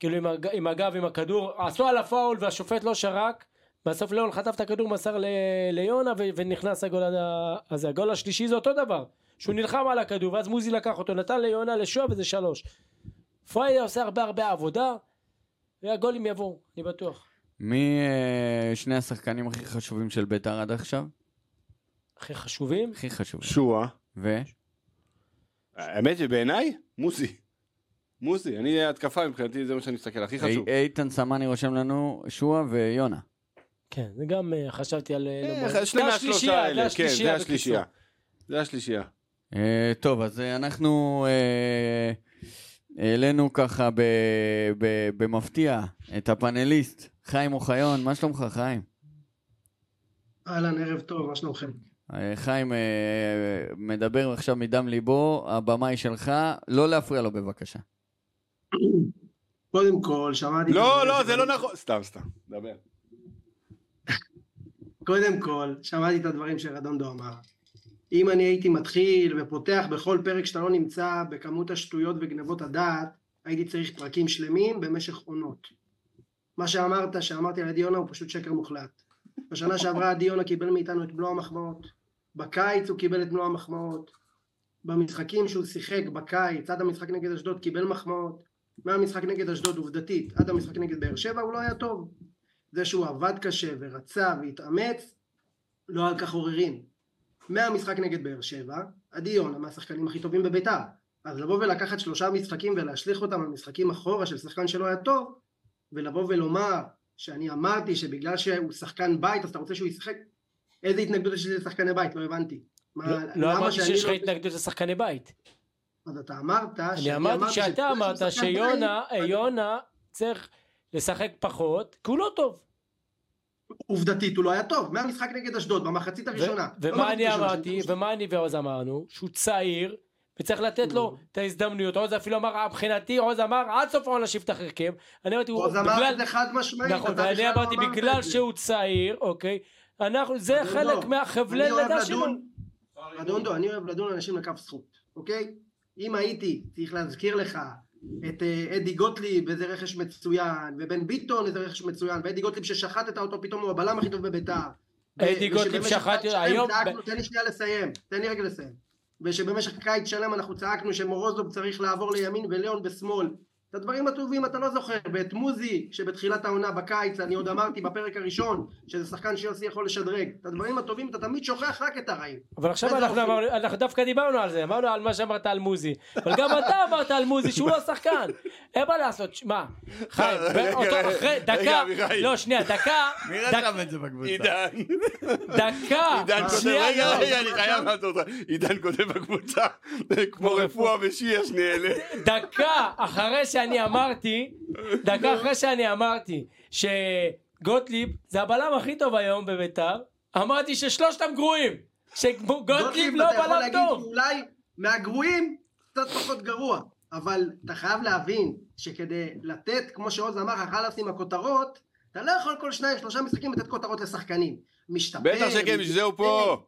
D: כאילו עם, הג, עם הגב, עם הכדור, עשו עליו פאול והשופט לא שרק, בסוף ליאון חטף את הכדור, מסר ל, ליונה ו, ונכנס הגול הד- הזה. הגול השלישי זה אותו דבר, שהוא נלחם על הכדור, ואז מוזי לקח אותו, נתן ליונה לשועה וזה שלוש. פריידי עושה הרבה הרבה עבודה, והגולים יבואו, אני בטוח.
B: מי אה, שני השחקנים הכי חשובים של בית"ר עד עכשיו?
D: הכי חשובים,
B: הכי חשובים.
C: שועה.
B: ו?
C: האמת שבעיניי, מוסי. מוסי, אני התקפה מבחינתי, זה מה שאני מסתכל, הכי חשוב.
B: אי-
D: אה,
B: איתן סמני רושם לנו שועה ויונה.
D: כן, זה גם אה, חשבתי על... אה, לא
C: אה,
D: מעט.
C: שני
D: זה
C: מהשלושה
D: השלישייה,
C: האלה, כן,
D: השלישייה,
C: זה השלישייה.
D: בקיצור.
C: זה השלישייה.
B: אה, טוב, אז אה, אנחנו אה, העלינו ככה ב, ב, במפתיע את הפאנליסט, חיים אוחיון, מה שלומך חיים?
G: אהלן, ערב טוב, מה שלומכם?
B: אה, חיים אה, מדבר עכשיו מדם ליבו, הבמה היא שלך, לא להפריע לו בבקשה.
G: קודם כל, שמעתי...
C: לא, לא, זה לא נכון. סתם, סתם, דבר.
G: קודם כל, שמעתי את הדברים שרדונדו אמר. אם אני הייתי מתחיל ופותח בכל פרק שאתה לא נמצא בכמות השטויות וגנבות הדעת, הייתי צריך פרקים שלמים במשך עונות. מה שאמרת, שאמרתי על עדי יונה, הוא פשוט שקר מוחלט. בשנה שעברה עדי יונה קיבל מאיתנו את מלוא המחמאות. בקיץ הוא קיבל את מלוא המחמאות. במשחקים שהוא שיחק בקיץ, עד המשחק נגד אשדוד קיבל מחמאות. מהמשחק נגד אשדוד עובדתית, עד המשחק נגד באר שבע הוא לא היה טוב. זה שהוא עבד קשה ורצה והתאמץ, לא על כך עוררין. מהמשחק נגד באר שבע, עדי יונה מהשחקנים הכי טובים בביתר. אז לבוא ולקחת שלושה משחקים ולהשליך אותם על משחקים אחורה של שחקן שלא היה טוב, ולבוא ולומר שאני אמרתי שבגלל שהוא שחקן בית אז אתה רוצה שהוא ישחק? איזה התנגדות יש לי לשחקני בית? לא הבנתי. מה,
D: לא- לא
G: למה
D: אמרתי
G: שאני
D: שיש לך
G: לא-
D: התנגדות לשחקני בית.
G: אז אתה אמרת שאני
D: אני אמרתי שאתה
G: שבגלל שהוא
D: אמרת
G: שחקן בית-
D: שיונה, יונה צריך לשחק פחות, כי הוא לא טוב.
G: עובדתית הוא לא היה טוב, מהמשחק נגד אשדוד במחצית
D: ו-
G: הראשונה. לא
D: ומה
G: במחצית
D: אני
G: הראשונה,
D: אמרתי,
G: שני-
D: ומה אני ועוז אמרנו? שהוא צעיר, וצריך לתת
G: Mm.
D: לו את ההזדמנויות. עוז אפילו אמר, מבחינתי, עוז אמר, עד סוף העונה שיפתח הרכב. אני אמרתי, הוא
G: אז אמרת
D: בגלל...
G: את זה חד משמעית.
D: נכון,
G: אתה בכלל
D: ואני
G: לא
D: אמרתי,
G: אמרת
D: בגלל
G: את זה.
D: שהוא צעיר, אוקיי, אנחנו, זה
G: אדון
D: חלק
G: דור,
D: מהחבלי
G: אני אוהב
D: לידה שלו.
G: לדון- אדונדו, אני אוהב לדון אנשים לכף זכות, אוקיי? אם הייתי צריך להזכיר לך את אה, אדי גוטליב, איזה רכש מצוין, ובן ביטון, איזה רכש מצוין, ואדי גוטליב ששחטת אותו, פתאום הוא הבלם הכי טוב בביתר.
D: אדי
G: ו-
D: גוטליב
G: ושבמשך
D: שחט-
G: קיץ שלם
D: היום-
G: צעקנו- תן לי שנייה לסיים, תן לי רגע לסיים. ושבמשך קיץ שלם אנחנו צעקנו שמורוזוב צריך לעבור לימין וליאון בשמאל. את הדברים הטובים אתה לא זוכר, ואת מוזי שבתחילת העונה בקיץ, אני עוד אמרתי בפרק הראשון, שזה שחקן שיוסי יכול לשדרג. את הדברים הטובים אתה תמיד שוכח רק את הרעים.
D: אבל עכשיו
G: איזה
D: אנחנו
G: אופי.
D: אמרנו, אנחנו דווקא דיברנו על זה, אמרנו על מה שאמרת על מוזי, אבל גם אתה אמרת על מוזי שהוא לא שחקן, אין מה לעשות, שמע, חיים,
C: רגע,
D: אותו
C: רגע,
D: אחרי,
C: רגע,
D: דקה,
C: אביחי.
D: לא שנייה, דקה, דק-
H: את זה בקבוצה.
C: עידן, עידן
D: דקה,
C: כותב,
D: שנייה,
C: רגע,
D: לא.
C: רגע, אני חייב לעשות אותך. עידן כותב בקבוצה,
D: לא,
C: כמו רפואה ושיעה, שני אלה.
D: דקה אחרי שאני אמרתי, דקה אחרי שאני אמרתי שגוטליב זה הבלם הכי טוב היום בביתר, אמרתי ששלושתם גרועים. שגוטליב
G: גוטליב,
D: לא
G: אתה יכול
D: בלם
G: להגיד
D: טוב.
G: שאולי מהגרועים קצת פחות גרוע, אבל אתה חייב להבין שכדי לתת, כמו שעוז אמר, לך לשים הכותרות, אתה לא יכול כל שניים, שלושה משחקים לתת כותרות לשחקנים. משתפר.
C: בטח שכן, בשביל זה הוא פה.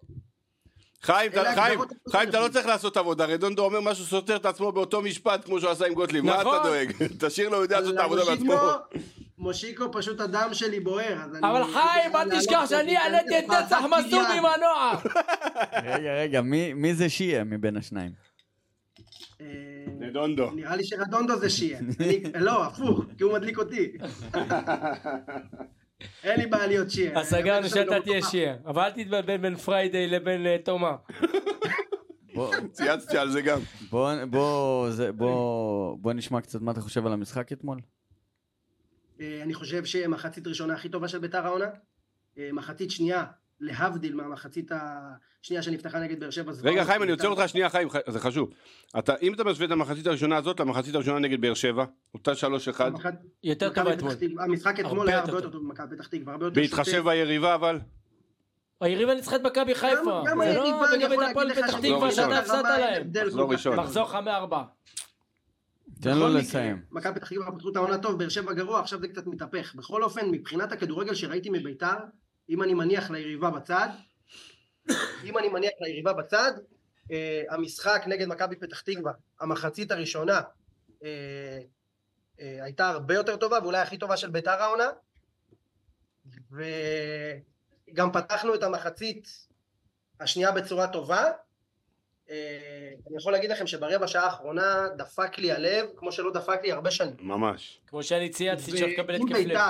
C: חיים, אתה-
G: אלה
C: חיים,
G: הגדרות הפרסום
C: חיים, אתה לא
G: שלנו.
C: צריך לעשות עבודה. רדונדו אומר משהו סותר את עצמו באותו משפט כמו שהוא עשה עם גוטליב. מה
D: נכון.
C: אתה דואג? תשאיר לו, הוא יודע לעשות את
H: לא
C: העבודה
G: מושיקו-
C: בעצמו.
G: מושיקו פשוט הדם שלי בוער, אז אני... לא
D: אבל חיים, אל תשכח שאני העליתי את נצח מסעוד עם הנוער.
B: רגע, רגע, מי- מי זה שיהיה מבין השניים?
G: אה,
C: רדונדו.
G: נראה לי שרדונדו זה שיהיה. אני- לא, הפוך, כי הוא מדליק אותי. אין לי בעיה להיות שיהיה.
D: אז סגרנו
G: האמת שאני
D: שאתה
G: לא
D: תהיה
G: בטוחה.
D: שיעה. אבל אל תתבלבל בין פריידיי לבין אה, תומה.
B: בוא-
C: צייצתי על זה גם.
B: בוא- בוא זה- בוא- בוא נשמע קצת מה אתה חושב על המשחק אתמול.
G: אה, אני חושב שמחצית ראשונה הכי טובה של ביתר העונה. אה, מחצית שנייה, להבדיל מהמחצית השנייה שנפתחה נגד באר שבע. זוועות.
C: רגע, חיים, אני
G: ביתר-
C: עוצר אותך שנייה, חיים, ח- זה חשוב. אתה, אם אתה משווה את המחצית הראשונה הזאת למחצית הראשונה נגד באר שבע, אותה 3-1,
G: המחת-
D: יותר
G: מכבי
D: טובה
G: פתח
D: אתמול.
G: תקווה- המשחק אתמול
D: הרבה
G: היה
D: יותר
G: הרבה יותר
D: טוב.
G: טוב ממכבי פתח תקווה, הרבה יותר
C: בהתחשב
G: שוטף.
C: ביריבה אבל,
D: היריבה ניצחה את מכבי חיפה.
G: גם
D: זה לא
G: היריבה, אני
D: וגם
G: יכול
D: את הפועל
G: להגיד לך
D: פתח
G: שמכבי
D: תקווה
C: מחזור
D: שאתה
G: פתח תקווה
D: הפסדת
G: אין
D: להם.
G: הבדל כל
C: מחזור
G: כך
C: לא ראשון.
G: גדול.
D: מחזור חמי ארבע.
B: תן
G: בכל
B: לו
G: מקרה,
B: לסיים.
G: מכבי פתח תקווה פתחו את העונה טוב, באר שבע גרוע, עכשיו זה קצת מתהפך. בכל אופן, מבחינת הכדורגל שראיתי מביתר, אם אני מניח ליריבה בצד, אם אני מניח ליריבה בצד, אה, המשחק נגד מכבי פתח תקווה, המחצית הראשונה, אה, אה, הייתה הרבה יותר טובה, ואולי הכי טובה של ביתר העונה, וגם פתחנו את המחצית השנייה בצורה טובה. אה, אני יכול להגיד לכם שברבע שעה האחרונה דפק לי הלב, כמו שלא דפק לי הרבה שנים.
C: ממש.
D: כמו שאני צייצתי שאתה מקבל
G: ואם
D: התקף לב.
G: ביתר,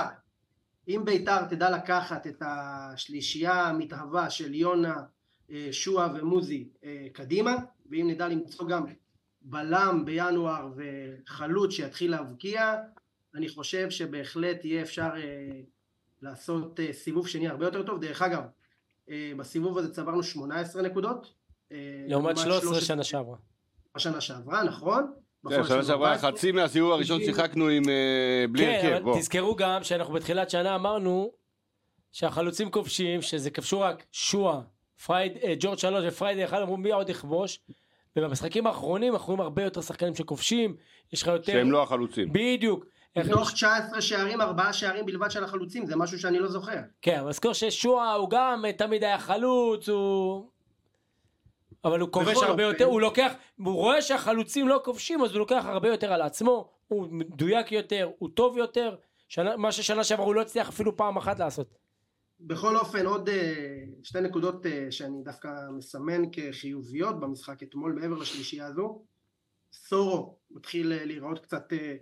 G: אם ביתר תדע לקחת את השלישייה המתהווה של יונה, אה, שועה ומוזי אה, קדימה, ואם נדע למצוא גם בלם בינואר וחלוץ שיתחיל להבקיע, אני חושב שבהחלט יהיה אפשר אה, לעשות אה, סיבוב שני הרבה יותר טוב. דרך אגב, אה, בסיבוב הזה צברנו 18 נקודות. אה,
D: לעומת 13
G: 13
D: שנה שעברה.
G: בשנה שעברה,
C: כן,
G: נכון? בחודש
C: שנה שעברה
G: 14.
C: חצי מהסיבוב הראשון שיחקנו עם אה, בלי
D: כן,
C: הרכב,
D: אבל
C: בוא.
D: תזכרו גם שאנחנו בתחילת שנה אמרנו שהחלוצים כובשים, שזה כבשו רק שועה, פרייד, אה, ג'ורג' שלוש ופריידי אחד, אמרו מי עוד יכבוש? ובמשחקים האחרונים אנחנו רואים הרבה יותר שחקנים שכובשים, יש לך יותר...
C: שהם לא החלוצים.
D: בדיוק. איך-
G: מתוך 19 שערים, ארבעה שערים בלבד של החלוצים, זה משהו שאני לא זוכר.
D: כן, אבל זכור ששועה הוא גם אה, תמיד היה חלוץ, הוא... אבל הוא כובש
G: בכל
C: נכון.
D: הרבה
G: אופן.
D: יותר, הוא לוקח, הוא רואה שהחלוצים לא כובשים, אז הוא לוקח הרבה יותר על עצמו, הוא מדויק יותר, הוא טוב יותר, שנה, מה ששנה שעברה הוא לא הצליח אפילו פעם אחת לעשות.
G: בכל אופן, עוד אה, שתי נקודות אה, שאני דווקא מסמן כחיוביות במשחק אתמול, מעבר לשלישייה הזו. סורו מתחיל אה, להיראות קצת אה,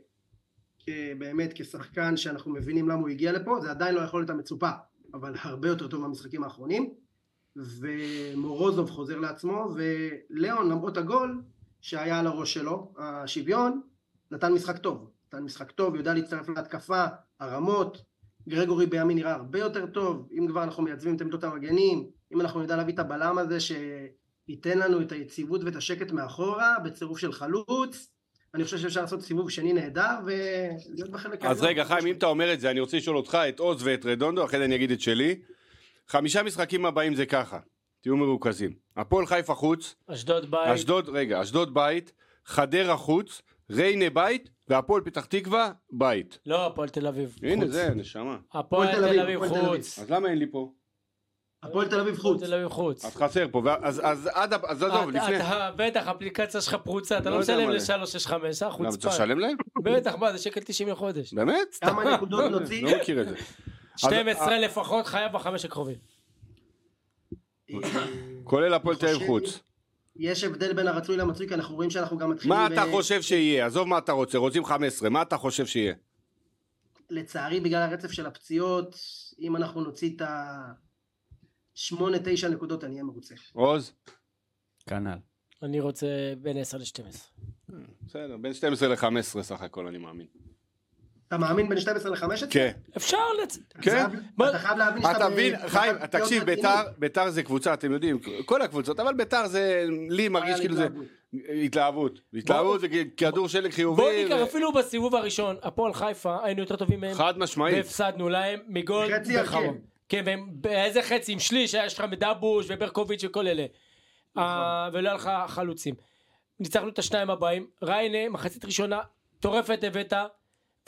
G: כ- באמת כשחקן שאנחנו מבינים למה הוא הגיע לפה, זה עדיין לא יכולת המצופה, אבל הרבה יותר טוב מהמשחקים האחרונים. ומורוזוב חוזר לעצמו, וליאון למרות הגול שהיה על הראש שלו, השוויון, נתן משחק טוב. נתן משחק טוב, יודע להצטרף להתקפה, הרמות, גרגורי בימין נראה הרבה יותר טוב, אם כבר אנחנו מייצבים את עמדות המגנים, אם אנחנו נדע להביא את הבלם הזה שייתן לנו את היציבות ואת השקט מאחורה, בצירוף של חלוץ, אני חושב שאפשר לעשות סיבוב שני נהדר ולהיות בחלק
C: אז
G: העליון.
C: רגע, חיים, אם אתה אומר את זה, אני רוצה לשאול אותך, את עוז ואת רדונדו, אחרי זה אני אגיד את שלי. חמישה משחקים הבאים זה ככה, תהיו מרוכזים. הפועל חיפה חוץ,
D: אשדוד בית.
C: אשדוד, רגע, אשדוד בית, חדרה חוץ, ריינה בית, והפועל פתח תקווה בית.
D: לא, הפועל תל אביב.
C: הנה
D: חוץ.
C: זה, נשמה.
D: הפועל
G: הפועל תל
D: תל
G: אביב,
D: אביב
G: הפועל תל אביב.
D: חוץ.
C: אז למה אין לי פה?
G: הפועל תל אביב
D: הפועל
G: חוץ.
D: תל אביב חוץ.
C: אז חסר פה, ואז- אז- אז עד, ה- אז עזוב,
D: אה, אתה-
C: לפני...
D: אתה- בטח, האפליקציה שלך פרוצה, אתה
C: לא
D: לא
C: יודע
D: משלם
C: מה זה. לא,
D: ל-365, אה?
C: למה
D: חוצפן.
C: צריך לשלם להם?
D: בטח, מה, זה שקל 90 לחודש.
C: באמת?
G: כמה
C: לא
G: נקודות נוציא?
C: לא מכיר את זה. אה-
D: 12 לפחות חייב בחמש הקרובים.
C: כולל הפועל תל אביב חוץ.
G: אה, יש הבדל בין הרצוי למצוי, כי אנחנו רואים שאנחנו גם מתחילים... אה,
C: מה אתה
G: ב-
C: חושב שיהיה? עזוב מה אתה רוצה, רוצים 15, מה אתה חושב שיהיה?
G: לצערי, בגלל הרצף של הפציעות, אם אנחנו נוציא את ה... שמונה, תשע נקודות, אני אהיה מרוצה.
C: עוז?
B: כנ"ל.
D: אני רוצה בין 10 ל-12.
C: בסדר, בין 12 ל-15 סך הכל, אני מאמין.
G: אתה מאמין בין 12 ל-15?
C: כן.
D: אפשר לצ...
C: כן?
D: מה-
G: אתה חייב להבין
C: אתה
G: ב-
C: מבין,
G: במצב
C: חיים,
G: פציעות
C: תקשיב,
G: רציני.
C: ביתר, ביתר זה קבוצה, אתם יודעים, כל הקבוצות, אבל ביתר זה, לי מרגיש
G: היה
C: כאילו זה
G: להתלהבות.
C: התלהבות. התלהבות זה כדור שלג חיובי.
D: בוא ניקח
C: ו-
D: אפילו בסיבוב הראשון, הפועל חיפה, היינו יותר טובים מהם,
C: חד משמעית.
D: והפסדנו להם מגול
G: חצי הרכב.
D: בחרון. כן, והם- באיזה חצי, עם שליש, היה- יש לך מדבוש וברקוביץ' וכל אלה. אה, ולא היה לך חלוצים. ניצחנו את השניים הבאים, ריינה, מחצית ראשונה, מטורפת הבאת,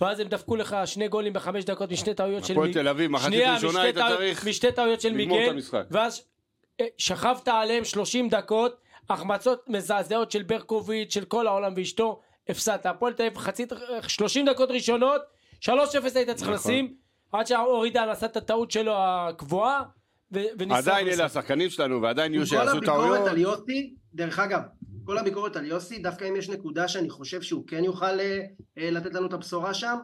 D: ואז הם דפקו לך שני גולים בחמש דקות משתי טעויות של...
C: הפועל
D: מיג-
C: תל אביב, מחצית
D: שנייה,
C: ראשונה
D: משתי
C: היית
D: טעו-
C: צריך
D: משתי טעויות של
C: לגמור את
D: מיגל,
C: המשחק.
D: ואז אה, שכבת עליהם 30 דקות, החמצות מזעזעות של ברקוביץ', של כל העולם ואשתו, הפסדת. הפועל תל אביב חצית, אה, 30 דקות ראשונות, 3-0 היית
C: נכון.
D: צריך לשים, עד שהאור עידן עשה את הטעות שלו הקבועה, ו- וניסה...
C: עדיין
D: וניסה.
C: אלה השחקנים שלנו, ועדיין יהיו
G: כל
C: שיעשו
G: הביקורת
C: טעויות.
G: על יוסי, דרך אגב, כל הביקורת על יוסי, דווקא אם יש נקודה שאני חושב שהוא כן יוכל אה, אה, לתת לנו את הבשורה שם,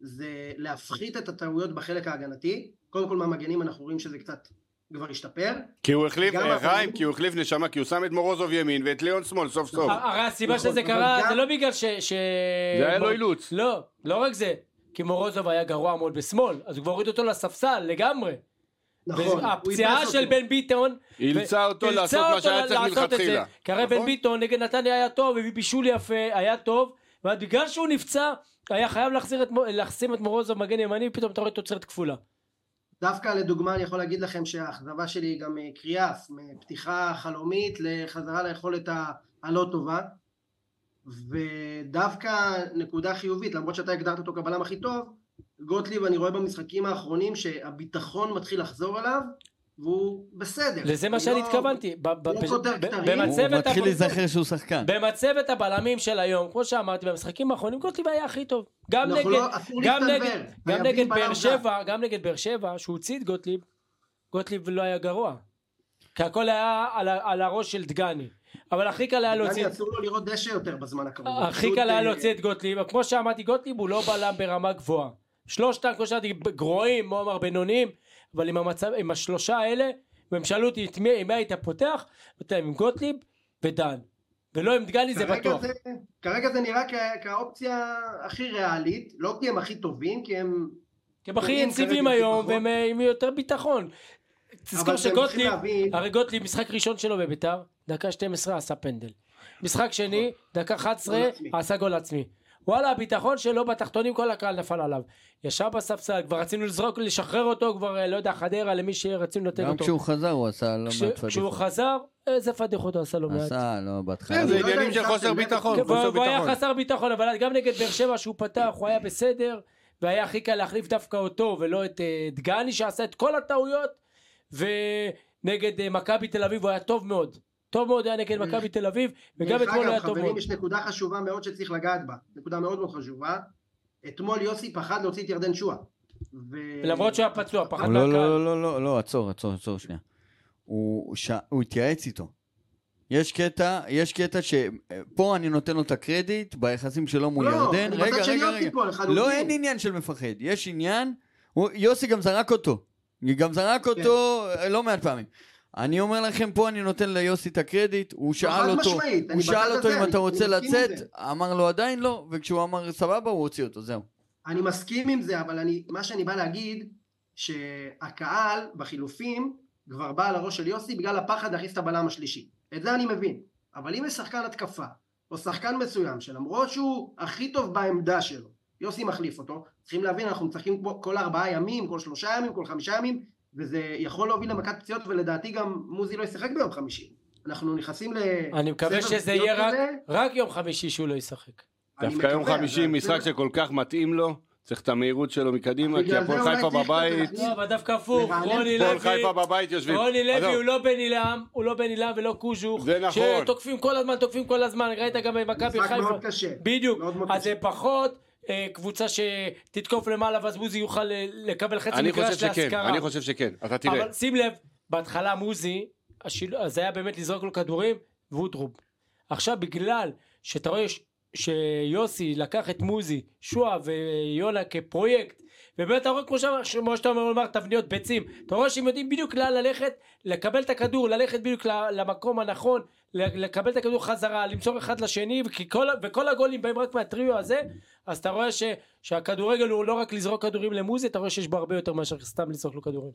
G: זה להפחית את הטעויות בחלק ההגנתי. קודם כל מהמגנים אנחנו רואים שזה קצת כבר השתפר.
C: כי הוא החליף,
G: גם
C: אה,
G: הפנים.
C: חיים, כי הוא החליף נשמה, כי הוא שם את מורוזוב ימין ואת ליאון שמאל סוף סוף.
D: הרי הסיבה
G: נכון,
D: שזה
G: אבל
D: קרה,
G: גם-
D: זה לא בגלל ש... ש-
C: זה היה לו אילוץ.
D: לא, לא רק זה. כי מורוזוב היה גרוע מאוד בשמאל, אז הוא כבר הוריד אותו לספסל לגמרי.
G: נכון, הוא
D: הפציעה
G: איפס
D: של
G: אותו.
D: בן ביטון,
C: אילצה
D: ו-
C: אותו
D: אילצה
C: לעשות מה
D: אותו
C: שהיה
D: ל-
C: צריך
D: לעשות את זה.
C: מלכתחילה.
D: כי הרי בן
C: נכון?
D: ביטון נגד נתניה היה טוב, הביא בישול יפה, היה טוב, ואז בגלל שהוא נפצע, היה חייב להחזיר את, מו- להחסים את מורוזוב מגן ימני, ופתאום אתה רואה תוצרת כפולה.
G: דווקא לדוגמה אני יכול להגיד לכם שהאכזבה שלי היא גם אה, קריאף, מפתיחה חלומית לחזרה ליכולת ה- הלא טובה. ודווקא נקודה חיובית, למרות שאתה הגדרת אותו כבלם הכי טוב, גוטליב אני רואה במשחקים האחרונים שהביטחון מתחיל לחזור אליו, והוא בסדר.
D: לזה מה
G: הוא
D: שאני
G: לא-
D: התכוונתי. ב- ב-
G: לא
D: ב-
G: קוטע
D: ב-
G: כתרים.
B: הוא
D: במצבת
B: מתחיל
D: הפ-
B: להיזכר שהוא שחקן.
D: במצבת הבלמים של היום, כמו שאמרתי, במשחקים האחרונים גוטליב היה הכי טוב. גם
G: אנחנו
D: נגד,
G: לא- אסור
D: גם
G: להסתנוור.
D: נגד, גם
G: חייבים
D: נגד
G: בלם
D: באר
G: זר.
D: שבע, גם נגד באר שבע, שהוא הוציא את גוטליב, גוטליב לא היה גרוע. כי הכל היה על, ה- על הראש של דגני. אבל הכי קל היה להוציא...
G: דני, אסור לו לראות דשא יותר בזמן הקרוב.
D: הכי
G: פשוט,
D: קל היה
G: אה,
D: להוציא את גוטליב, אבל כמו שאמרתי, גוטליב הוא לא בלם ברמה גבוהה. שלושתם, כמו שאמרתי, גרועים, הוא אמר בינוניים, אבל עם, המצב, עם השלושה האלה, והם שאלו אותי את מי, עם מי היית פותח, אמרתי להם עם גוטליב ודן. ולא עם דגני זה
G: כרגע
D: בטוח.
G: זה- כרגע זה נראה כ- כהאופציה הכי ריאלית, לא כי הם הכי טובים, כי הם
D: כי הם הכי
G: קוראים
D: יציבים
G: כרגע
D: היום,
G: ביטחון.
D: והם אה, עם יותר ביטחון.
G: אבל
D: תזכור
G: אתם צריכים
D: שגוטליב,
G: להבין-
D: הרי גוטליב, משחק ראשון שלו בביתר, דקה 12 עשה פנדל. משחק שני, דקה 11
G: נכון. גול עצמי.
D: עשה גול עצמי. וואלה, הביטחון שלו בתחתונים, כל הקהל נפל עליו. ישב בספסל, כבר רצינו לזרוק, לשחרר אותו, כבר, אה, לא יודע, חדרה, למי שרצינו לתת
B: גם
D: אותו.
B: כשהוא חזר הוא עשה לא
D: כש-
B: מעט
D: כשהוא
B: פדיחות.
D: חזר, איזה פדיחות הוא עשה לו מעט.
B: עשה, לא,
C: כן,
B: בהתחלה.
C: זה
G: אני לא יודע
C: עניינים
G: אם
C: של
G: שמתם
C: חוסר
G: לב,
C: ביטחון,
D: כן,
C: חוסר
D: והוא- והוא היה
C: ביטחון.
D: חסר ביטחון, אבל גם נגד באר שבע שהוא פתח, הוא היה בסדר, והיה הכי קל להחליף דווקא אותו, ולא את אה, דגני שעשה את כל הטעויות, ונגד אה, מכבי תל אביב הוא היה טוב מאוד. טוב מאוד היה נגד מכבי תל אביב, וגם
G: דרך
D: אתמול הוא
G: אגב,
D: היה טוב
G: חברים,
D: מאוד.
G: יש נקודה חשובה מאוד שצריך לגעת בה. נקודה מאוד מאוד חשובה. אתמול יוסי פחד להוציא את ירדן שועה. ו-
D: למרות שהוא היה פצוע, פחד
B: לא, לא,
D: מהקהל.
B: לא, לא, לא, לא, עצור, עצור, עצור שנייה. הוא, ש... הוא התייעץ איתו. יש קטע, יש קטע שפה אני נותן לו את הקרדיט ביחסים שלו מול
G: לא,
B: ירדן.
G: אני
B: רגע,
G: בצד של
B: רגע,
G: יוסי
B: רגע.
G: פה, לחלוטין.
B: לא, אין עניין של מפחד. יש עניין, הוא, יוסי גם זרק אותו. גם זרק
G: כן.
B: אותו אה, לא מעט פעמים. אני אומר לכם, פה אני נותן ליוסי את הקרדיט, הוא שאל אותו,
G: משמעית,
B: הוא
G: אני
B: שאל
G: בצד
B: אותו
G: הזה,
B: אם
G: אני-
B: אתה
G: אני
B: רוצה
G: מסכים עם
B: לצאת,
G: זה.
B: אמר לו עדיין לא, וכשהוא אמר סבבה, הוא הוציא אותו, זהו.
G: אני מסכים עם זה, אבל אני, מה שאני בא להגיד, שהקהל בחילופים כבר בא על הראש של יוסי בגלל הפחד להכניס את הבלם השלישי. את זה אני מבין. אבל אם יש שחקן התקפה, או שחקן מסוים, שלמרות שהוא הכי טוב בעמדה שלו, יוסי מחליף אותו, צריכים להבין, אנחנו משחקים כמו- כל ארבעה ימים, כל שלושה ימים, כל חמישה ימים, וזה יכול להוביל למכת פציעות, ולדעתי גם מוזי לא ישחק ביום חמישי. אנחנו נכנסים ל...
D: אני מקווה
G: סבב
D: שזה יהיה
G: פציעות
D: רק-
G: כזה,
D: רק יום חמישי שהוא לא ישחק.
G: אני
C: דווקא יום
G: מקווה,
C: חמישי,
G: אבל-
C: משחק שכל כך מתאים לו, צריך את המהירות שלו מקדימה,
G: בגלל
C: כי
G: זה
C: הפועל
G: אולי
C: חיפה
G: צריך כזה
C: בבית,
G: להכניס-
D: לא, אבל דווקא הפוך,
G: לרענן.
D: רוני
C: הפועל
D: לוי,
C: חיפה בבית יושבים.
D: רוני לוי
C: עזוב,
D: הוא לא בן עילם, הוא לא בן עילם ולא קוז'וך.
C: זה נכון.
D: שתוקפים כל הזמן, תוקפים כל הזמן, ראית גם במכבי
G: משחק
D: חיפה.
G: מאוד קשה.
D: בדיוק,
G: מאוד מאוד
D: אז
G: קשה.
D: זה פחות אה, קבוצה שתתקוף למעלה ואז מוזי יוכל אה, לקבל חצי
C: אני
D: מגרש
C: חושב שכן,
D: להשכרה.
C: אני חושב שכן, אתה תראה.
D: אבל שים לב, בהתחלה מוזי, השיל... אז היה באמת לזרוק לו כדורים, וודרוב. עכשיו בגלל שאתה רואה ש... שיוסי לקח את מוזי, שועה ויונה כפרויקט, ובאמת אתה רואה כמו, שאמר- כמו שאתה אומר, אמר, תבניות ביצים, אתה רואה שהם יודעים בדיוק לאן ללכת, לקבל את הכדור, ללכת בדיוק ל- למקום הנכון, ל- לקבל את הכדור חזרה, למסור אחד לשני, וכי כל, וכל הגולים באים רק מהטריו הזה, אז אתה רואה ש, שהכדורגל הוא לא רק לזרוק כדורים למוזי, אתה רואה שיש בו הרבה יותר מאשר סתם לזרוק לו כדורים.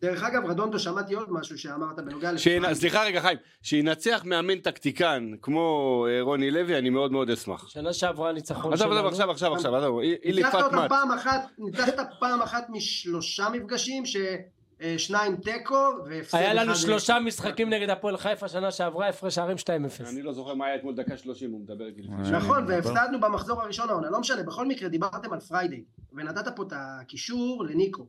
G: דרך אגב, רדונדו, שמעתי עוד משהו שאמרת בנוגע
C: שינה- סליחה רגע חיים, שינצח מאמן טקטיקן כמו אה, רוני לוי, אני מאוד מאוד אשמח.
D: שנה שעברה הניצחון
C: עזוב,
D: שלנו.
C: עזוב, עכשיו, עכשיו, עכשיו, עזוב, אילי
G: ניצחת נכון, אותם
C: פטמט.
G: פעם אחת, ניצחת פעם אחת משלושה מפגשים ש... אה, שניים תיקו והפסד
D: היה לנו
G: אחד אה, ל-
D: שלושה משחקים נגד הפועל חיפה שנה שעברה, הפרש שערים 2-0.
C: אני לא זוכר מה היה אתמול דקה שלושים, הוא מדבר כאילו. איתי לפני.
B: אה,
G: נכון,
B: מדבר.
G: והפסדנו במחזור הראשון העונה, לא משנה, בכל מקרה דיברתם על פריידי, ונתת פה את הקישור לניקו,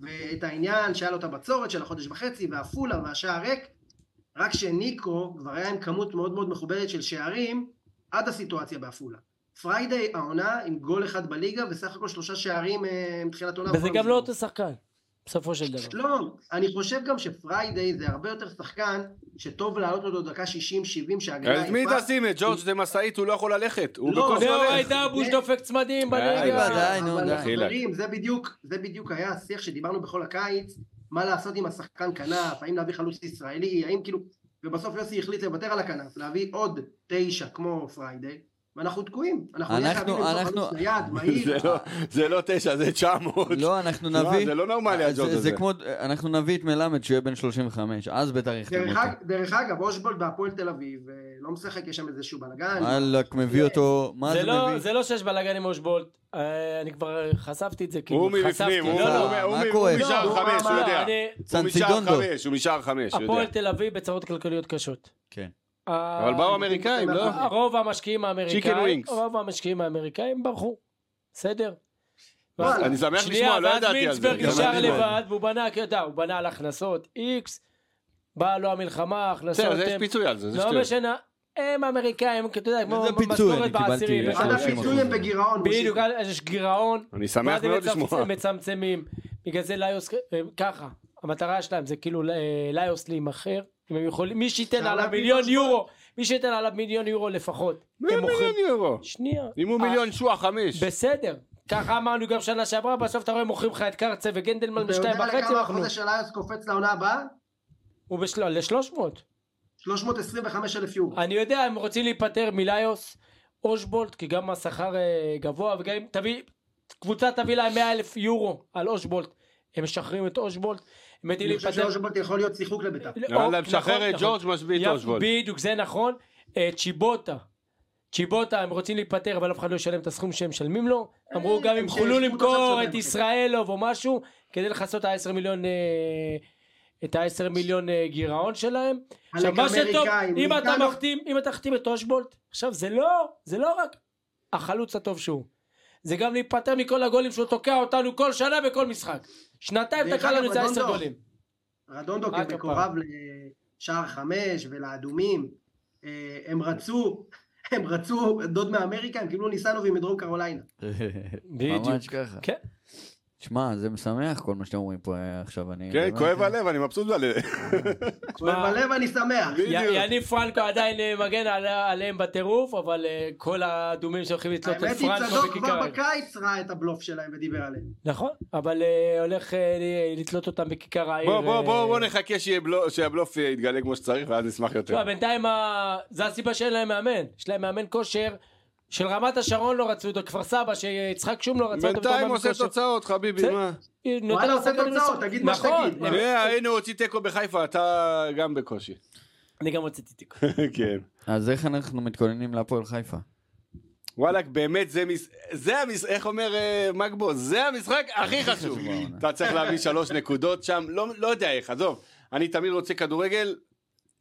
G: ואת העניין שהיה לו את הבצורת של החודש וחצי, והעפולה והשער ריק, רק שניקו כבר היה עם כמות מאוד מאוד מכובדת של שערים, עד הסיטואציה בעפולה. פריידי העונה עם גול אחד בליגה, וסך הכל שלושה שערים אה, מתחילת עונה.
D: וזה
G: בכל
D: גם לא
G: מחזור.
D: אותו שחקן, בסופו של דבר.
G: לא, אני חושב גם שפריידי זה הרבה יותר שחקן, שטוב להעלות אותו דקה 60-70 שהגנה...
C: אז מי
G: יפה.
C: תשים אה, את ג'ורג' זה משאית, הוא לא יכול ללכת. הוא
G: לא,
C: בכל
G: זה
C: זאת
D: זהו,
C: הולך.
D: הייתה בוש
G: זה-
D: דופק צמדים
B: די,
D: בליגה.
B: די, אה, נו,
G: אבל
B: די.
G: חברים, זה בדיוק, זה בדיוק היה השיח שדיברנו בכל הקיץ, מה לעשות עם השחקן כנף, האם להביא חלוץ ישראלי, האם כאילו... ובסוף יוסי החליט לוותר על הכנף, להביא עוד תשע כמו פריידי, ואנחנו תקועים. אנחנו נהיה
B: אנחנו-
G: חייבים למצוא
B: אנחנו-
G: חלוץ נייד, מהיר.
C: זה לא- זה לא תשע, זה תשע מאות.
B: לא, אנחנו
C: תשמע,
B: נביא... אה,
C: זה לא נורמלי
B: זה-
C: הג'ורג' הזה.
B: זה כמו... אנחנו נביא את מלמד שהוא יהיה בן 35, אז בטח יחתים
G: דרך
B: אותו.
G: אג- דרך אגב, אושבולד בהפועל תל אביב, אה, לא משחק, יש שם איזשהו בלאגן.
B: וואלכ, מביא אותו... מה
D: זה
B: זה
D: לא-
B: מביא?
D: זה לא שיש בלאגן עם אושבולט, אה, אני כבר חשפתי את זה, כאילו,
C: הוא
D: חשפתי.
C: מבפנים, הוא
D: לא,
C: הוא-
D: לא,
C: הוא- הוא-
B: מה
C: הוא-
B: כואב?
C: הוא משער
G: לא,
C: חמש, הוא
G: מה,
C: יודע.
D: אני-
C: הוא משער
B: סנצידונדו.
C: חמש, הוא משער חמש, הוא
D: הפועל
C: יודע.
D: תל אביב בצרות כלכליות קשות.
B: כן.
D: ה-
C: אבל באו אמריקאים, לא?
D: רוב המשקיעים האמריקאים,
C: wings.
D: רוב המשקיעים האמריקאים ברחו, בסדר?
G: וואלה.
D: ואז-
C: אני שמח לשמוע, לא
D: ואז
C: ידעתי על זה.
D: מינצברג
C: גם
D: נשאר
C: אני לא ידעתי.
D: לבד, והוא בנה, כי אתה, הוא בנה על הכנסות איקס, באה לו המלחמה, הכנסות...
C: בסדר, אז יש
D: הם-
C: פיצוי על זה, זה
D: לא
C: שטויות.
D: משנה, הם אמריקאים, אתה יודע, כמו
B: וזה פיצוי,
D: משכורת
B: אני קיבלתי.
D: בעשירים.
B: יש
G: עד
B: שלושים
G: הפיצול הם
B: אחוז.
G: בגירעון. מושיק.
D: בדיוק, אז יש גירעון.
C: אני שמח
D: ואז הם
C: מאוד לשמוע.
D: מצמצמים- מצמצמים. בגלל זה ליוס, אה, ככה, המטרה שלהם זה כאילו אה, ליוס להימכר. אם הם יכולים, מי שייתן
G: אפשר
D: עליו
G: להביא
D: מיליון
G: משהו.
D: יורו, מי שייתן עליו מיליון יורו לפחות.
C: מי
D: הם מוכרים.
C: מיליון יורו?
D: שנייה.
C: אם הוא
D: אה,
C: מיליון שועה חמש.
D: בסדר. ככה אמרנו גם שנה שעברה, בסוף אתה רואה מוכרים לך את קרצה וגנדלמן
G: אתה יודע
D: בשתיים וחצי
G: לכמה
D: מכרו.
G: החודש של איוס קופץ לעונה הבאה?
D: הוא בשל... לא, לשלוש מאות.
G: 325 אלף יורו.
D: אני יודע, הם רוצים להיפטר מליוס, אושבולט, כי גם השכר אה, גבוה, וגם אם תביא, קבוצה תביא להם 100 אלף יורו על אושבולט. הם משחררים את אושבולט, הם מתים
G: אני חושב
D: להיפטר
G: שאושבולט יכול להיות שיחוק לביתר.
C: יאללה,
D: נכון,
C: משחרר את
D: נכון.
C: ג'ורג', משביא את
D: יפ-
C: אושבולד.
D: בדיוק, זה נכון. אה, צ'יבוטה. צ'יבוטה, הם רוצים להיפטר, אבל אף אחד לא ישלם את הסכום שהם משלמים לו. אמרו
G: אה,
D: גם אם
G: הם
D: יוכלו
G: שישבו תחת
D: למכור
G: שלהם,
D: את
G: אחי.
D: ישראלוב או משהו, כדי לכסות את ה-10 מיליון... אה, את ה-10 מיליון אה, גירעון שלהם. עכשיו, מה שטוב,
G: אמריקאים,
D: אם אתה
G: מאיתנו-
D: מחתים, אם אתה תחתים את אושבולט, עכשיו זה לא, זה לא רק החלוץ הטוב שהוא. זה גם להיפטר מכל הגולים שהוא תוקע אותנו כל שנה בכל משחק. שנתיים
G: דרך
D: תקע
G: אגב,
D: לנו את זה
G: רדונדו,
D: 10 גולים.
G: רדונדו
D: רק
G: כמקורב לשער חמש ולאדומים, אה, הם רצו, הם רצו דוד מאמריקה, הם קיבלו ניסנובי מדרום קרוליינה.
B: ממש ככה.
D: כן.
B: שמע, זה משמח כל מה שאתם אומרים פה אה, עכשיו. אני...
C: כן,
B: באמת-
C: כואב הלב, אני מבסוט בלב.
G: ובלב אני שמח.
C: בדיוק.
D: י- יניב פרנקו עדיין אה, מגן על- עליהם בטירוף, אבל אה, כל האדומים שהולכים לתלות את
G: האמת היא,
D: פרנקו
G: צדוק
D: בכיכר
G: כבר
D: העיר.
G: בקיץ ראה את הבלוף שלהם ודיבר עליהם.
D: נכון, אבל אה, הולך אה, ל- לתלות אותם בכיכר העיר.
C: בוא, בוא, בוא,
D: אה,
C: בוא נחכה שיהיה בלו- שהבלוף יתגלה כמו שצריך, ואז נשמח יותר.
D: תשמע, בינתיים ה- זה הסיבה שאין להם מאמן. יש להם מאמן כושר של רמת השרון לא רצו אותו, כפר סבא, שיצחק שום לא רצה אותו. בתור
C: בינתיים
D: מאמן
C: עושה
D: כושר.
C: תוצאות, חביבי,
D: בסדר.
C: מה?
D: נותן
G: וואלה, עושה
D: לשחקנים
G: תוצאות,
D: לשחק.
G: תגיד מה
D: נכון,
G: שתגיד, אה.
D: הם-
G: מה?
C: תראה, הנה הוא הוציא תיקו בחיפה, אתה גם בקושי.
D: אני גם רציתי תיקו.
C: כן.
B: אז איך אנחנו מתכוננים להפועל חיפה?
C: וואלכ, באמת, זה מס... זה המס... איך אומר אה, מקבו? זה המשחק הכי חשוב.
B: חשוב בעונה.
C: אתה צריך להביא שלוש נקודות שם, לא, לא יודע איך, עזוב. אני תמיד רוצה כדורגל,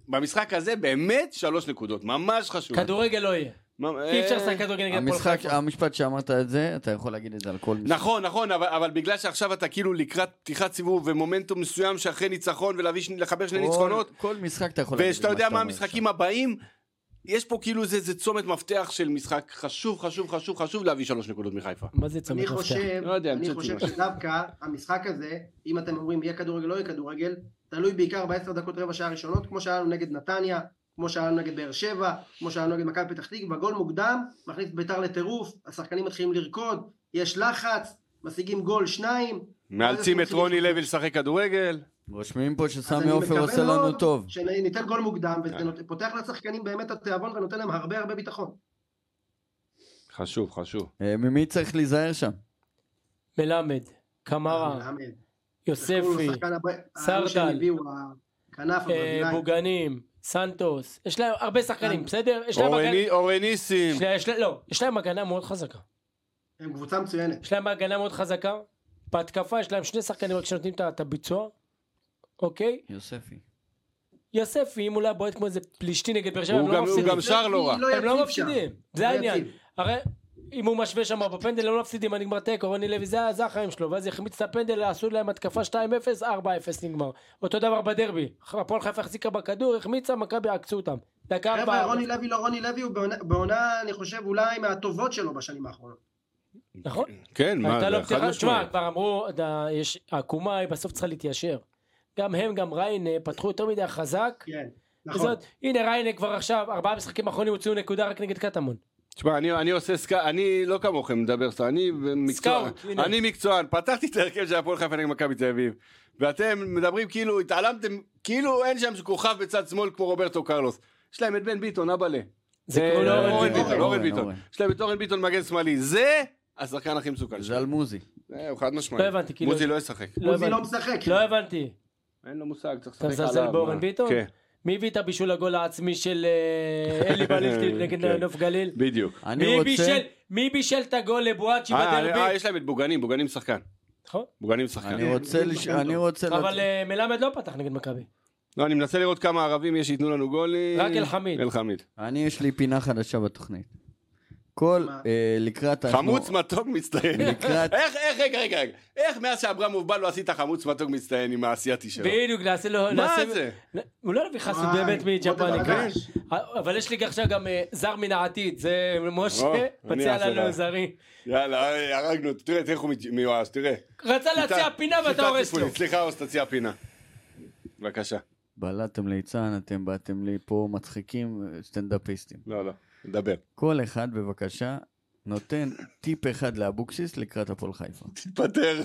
C: במשחק הזה באמת שלוש נקודות, ממש חשוב.
D: כדורגל לא יהיה.
C: מה-
D: אי אפשר
C: אה,
D: לשחק כדורגל נגד הפועל
B: המשחק,
D: חיפה.
B: המשפט שאמרת את זה, אתה יכול להגיד את זה על כל משחק.
C: נכון, נכון, אבל, אבל בגלל שעכשיו אתה כאילו לקראת פתיחת סיבוב ומומנטום מסוים שאחרי ניצחון ולהביא, שני- לחבר שני
B: כל-
C: ניצחונות,
B: כל משחק אתה יכול להגיד את
C: ושאתה יודע
B: שאתה
C: מה
B: אומר
C: המשחקים הבאים, יש פה כאילו איזה איזה צומת מפתח של משחק חשוב, חשוב, חשוב, חשוב להביא שלוש נקודות מחיפה.
D: מה זה צומת
G: אני
D: מפתח?
G: חושב,
C: לא יודע,
G: אני
C: המצאתי
G: חושב
C: משהו.
G: שדווקא המשחק הזה, אם אתם אומרים יהיה כדורגל לא יהיה כדורגל, תלוי בעיקר בעשר דקות רבע שעה הראשונות, כמו שהיה לנו נגד נתניה, כמו שהיה לנו נגד באר שבע, כמו שהיה לנו נגד מכבי פתח תקווה, גול מוקדם, מכניס את ביתר לטירוף, השחקנים מתחילים לרקוד, יש לחץ, משיגים גול שניים.
C: מאלצים את רוני לוי לשחק כדורגל.
B: שם. רושמים פה
G: אז אני
B: שסמי עופר
G: מקווה
B: עושה לנו
G: מאוד
B: טוב.
G: שניתן גול מוקדם,
C: כן.
G: וזה נות- פותח לשחקנים באמת את התיאבון ונותן להם הרבה הרבה ביטחון.
C: חשוב, חשוב.
B: אה, ממי צריך להיזהר שם?
D: מלמד, קמרה,
G: אמן. איך קוראים
D: יוספי,
G: לו? השחקן הבא-
D: סרדל.
G: ההוא שהם הביאו, הכנף,
D: אה,
G: הברזילאי.
D: בוגנים, סנטוס, יש להם הרבה שחקנים,
G: אה.
D: בסדר? יש להם הגנה-
C: אורני- אורניסים.
D: שנייה, יש להם- לא, יש להם הגנה מאוד חזקה.
G: הם קבוצה מצוינת.
D: יש להם הגנה מאוד חזקה, בהתקפה יש להם שני שחקנים רק שנותנים את ה- את הביצוע, אוקיי?
B: יוספי.
D: יוספי, אם הוא לא היה בועט כמו איזה פלישתי נגד באר שבע, הם
C: הוא
D: לא
C: גם- הוא
D: מפסידים.
C: גם שר לא רע.
G: לא
D: הם לא
G: יציב שם.
D: מפסידים, זה
G: לא
D: העניין.
G: יציב.
D: הרי אם הוא משווה שם בפנדל, הם לא מפסידים, היה נגמר תיקו, רוני לוי, זה זה החיים שלו, ואז החמיץ את הפנדל, עשו להם התקפה 2-0, 4-0 נגמר. אותו דבר בדרבי, הפועל חיפה החזיקה בכדור, החמיצה, מכבי עקצו אותם. דקה
G: חבר'ה,
D: ארבע,
G: רוני לוי לא רוני לוי, הוא בעונה- בעונה, אני חושב, אולי מהטובות שלו בשנים האחרונות.
D: נכון?
C: כן, מה,
D: הייתה
C: זה
D: לו
C: חד
D: פתיחה, תשמע,
C: משמעית.
D: כבר אמרו, אתה- יש- העקומה היא בסוף צריכה להתיישר. גם הם, גם ריינה, פתחו יותר מדי חזק.
G: כן, נכון.
D: זאת, הנה ריינה כבר עכשיו, ארבעה משחקים האחרונים הוציאו נקודה רק נגד קטמון.
C: תשמע, אני, אני עושה סקאוט, אני לא כמוכם מדבר סתם, אני מקצוען,
D: סקאוט, הנה.
C: אני מקצוען, פתחתי את ההרכב של הפועל חיפה נגד מכבי תל אביב, ואתם מדברים כאילו, התעלמתם, כאילו אין שם כוכב בצד שמאל כמו רוברטו קרלוס. יש להם את בן ביטון, אבאלה.
D: זה
C: אה,
D: כאילו לא
C: אורן
D: אורן
C: ביטון,
D: ביטון.
C: אורן
B: אורן,
C: ביטון.
B: אורן.
C: יש להם את אורן ביטון מגן שמאלי, זה השחקן הכי מסוכן
B: ז"ל
C: שלהם.
B: מוזי.
C: זה הוא חד משמעי.
D: לא הבנתי, כאילו-
C: מוזי לא ישחק.
D: לא
G: עוזי
D: הבנתי.
G: לא משחק.
D: לא הבנתי.
C: אין לו מושג, צריך לשחק
D: אתה
C: עליו.
D: מזלזל באורן
C: מה?
D: ביטון?
C: כן,
D: מי הביא את הבישול הגול העצמי של אה, אלי בלילטי נגד אה,
C: כן.
D: נוף גליל?
C: בדיוק.
B: אני
D: מי
B: רוצה...
D: בישל- מי בישל את הגול לבואצ'י
C: אה, אה,
D: בדרבי?
C: יש להם את בוגנים, בוגנים שחקן.
D: נכון.
C: בוגנים שחקן.
B: אני רוצה... לש- אני רוצה...
D: אבל
B: לת-
D: אה, מלמד לא פתח נגד מכבי.
C: לא, אני מנסה לראות כמה ערבים יש שייתנו לנו גולים.
D: רק אלחמיד.
C: אלחמיד.
B: אני, יש לי פינה חדשה בתוכנית. כל
G: מה?
B: אה, לקראת... אנחנו-
C: חמוץ מתוק מצטיין.
B: לקראת-
C: איך, איך, רגע, רגע, רגע. איך מאז שאברמוב בא לא עשית חמוץ מתוק מצטיין עם האסייתי שלו?
D: בדיוק, נעשה לו...
C: מה
D: נעשה-
C: זה?
D: הוא לא הביא חסות
G: וואי,
D: באמת מג'פן.
G: עוד
D: כן.
G: חדש.
D: אבל יש לי עכשיו גם אה, זר מן העתיד, זה
C: או,
D: משה,
C: אני
D: מציע
C: אעשה
D: לנו
C: לה.
D: זרים.
C: יאללה, אה, הרגנו, אותו. תראה, תראה איך הוא מת- מיואש, תראה.
D: רצה להציע
C: שיטה-
D: פינה ואתה
C: שיטה
D: הורס לו.
C: טיפולית. סליחה, עוז, תציע פינה. בבקשה.
B: בלעתם ליצן, אתם באתם לי פה מצחיקים אה, סטנדאפיסטים.
C: לא, לא, דבר.
B: כל אחד בבקשה נותן טיפ אחד לאבוקסיס לקראת הפועל חיפה.
C: תתפטר.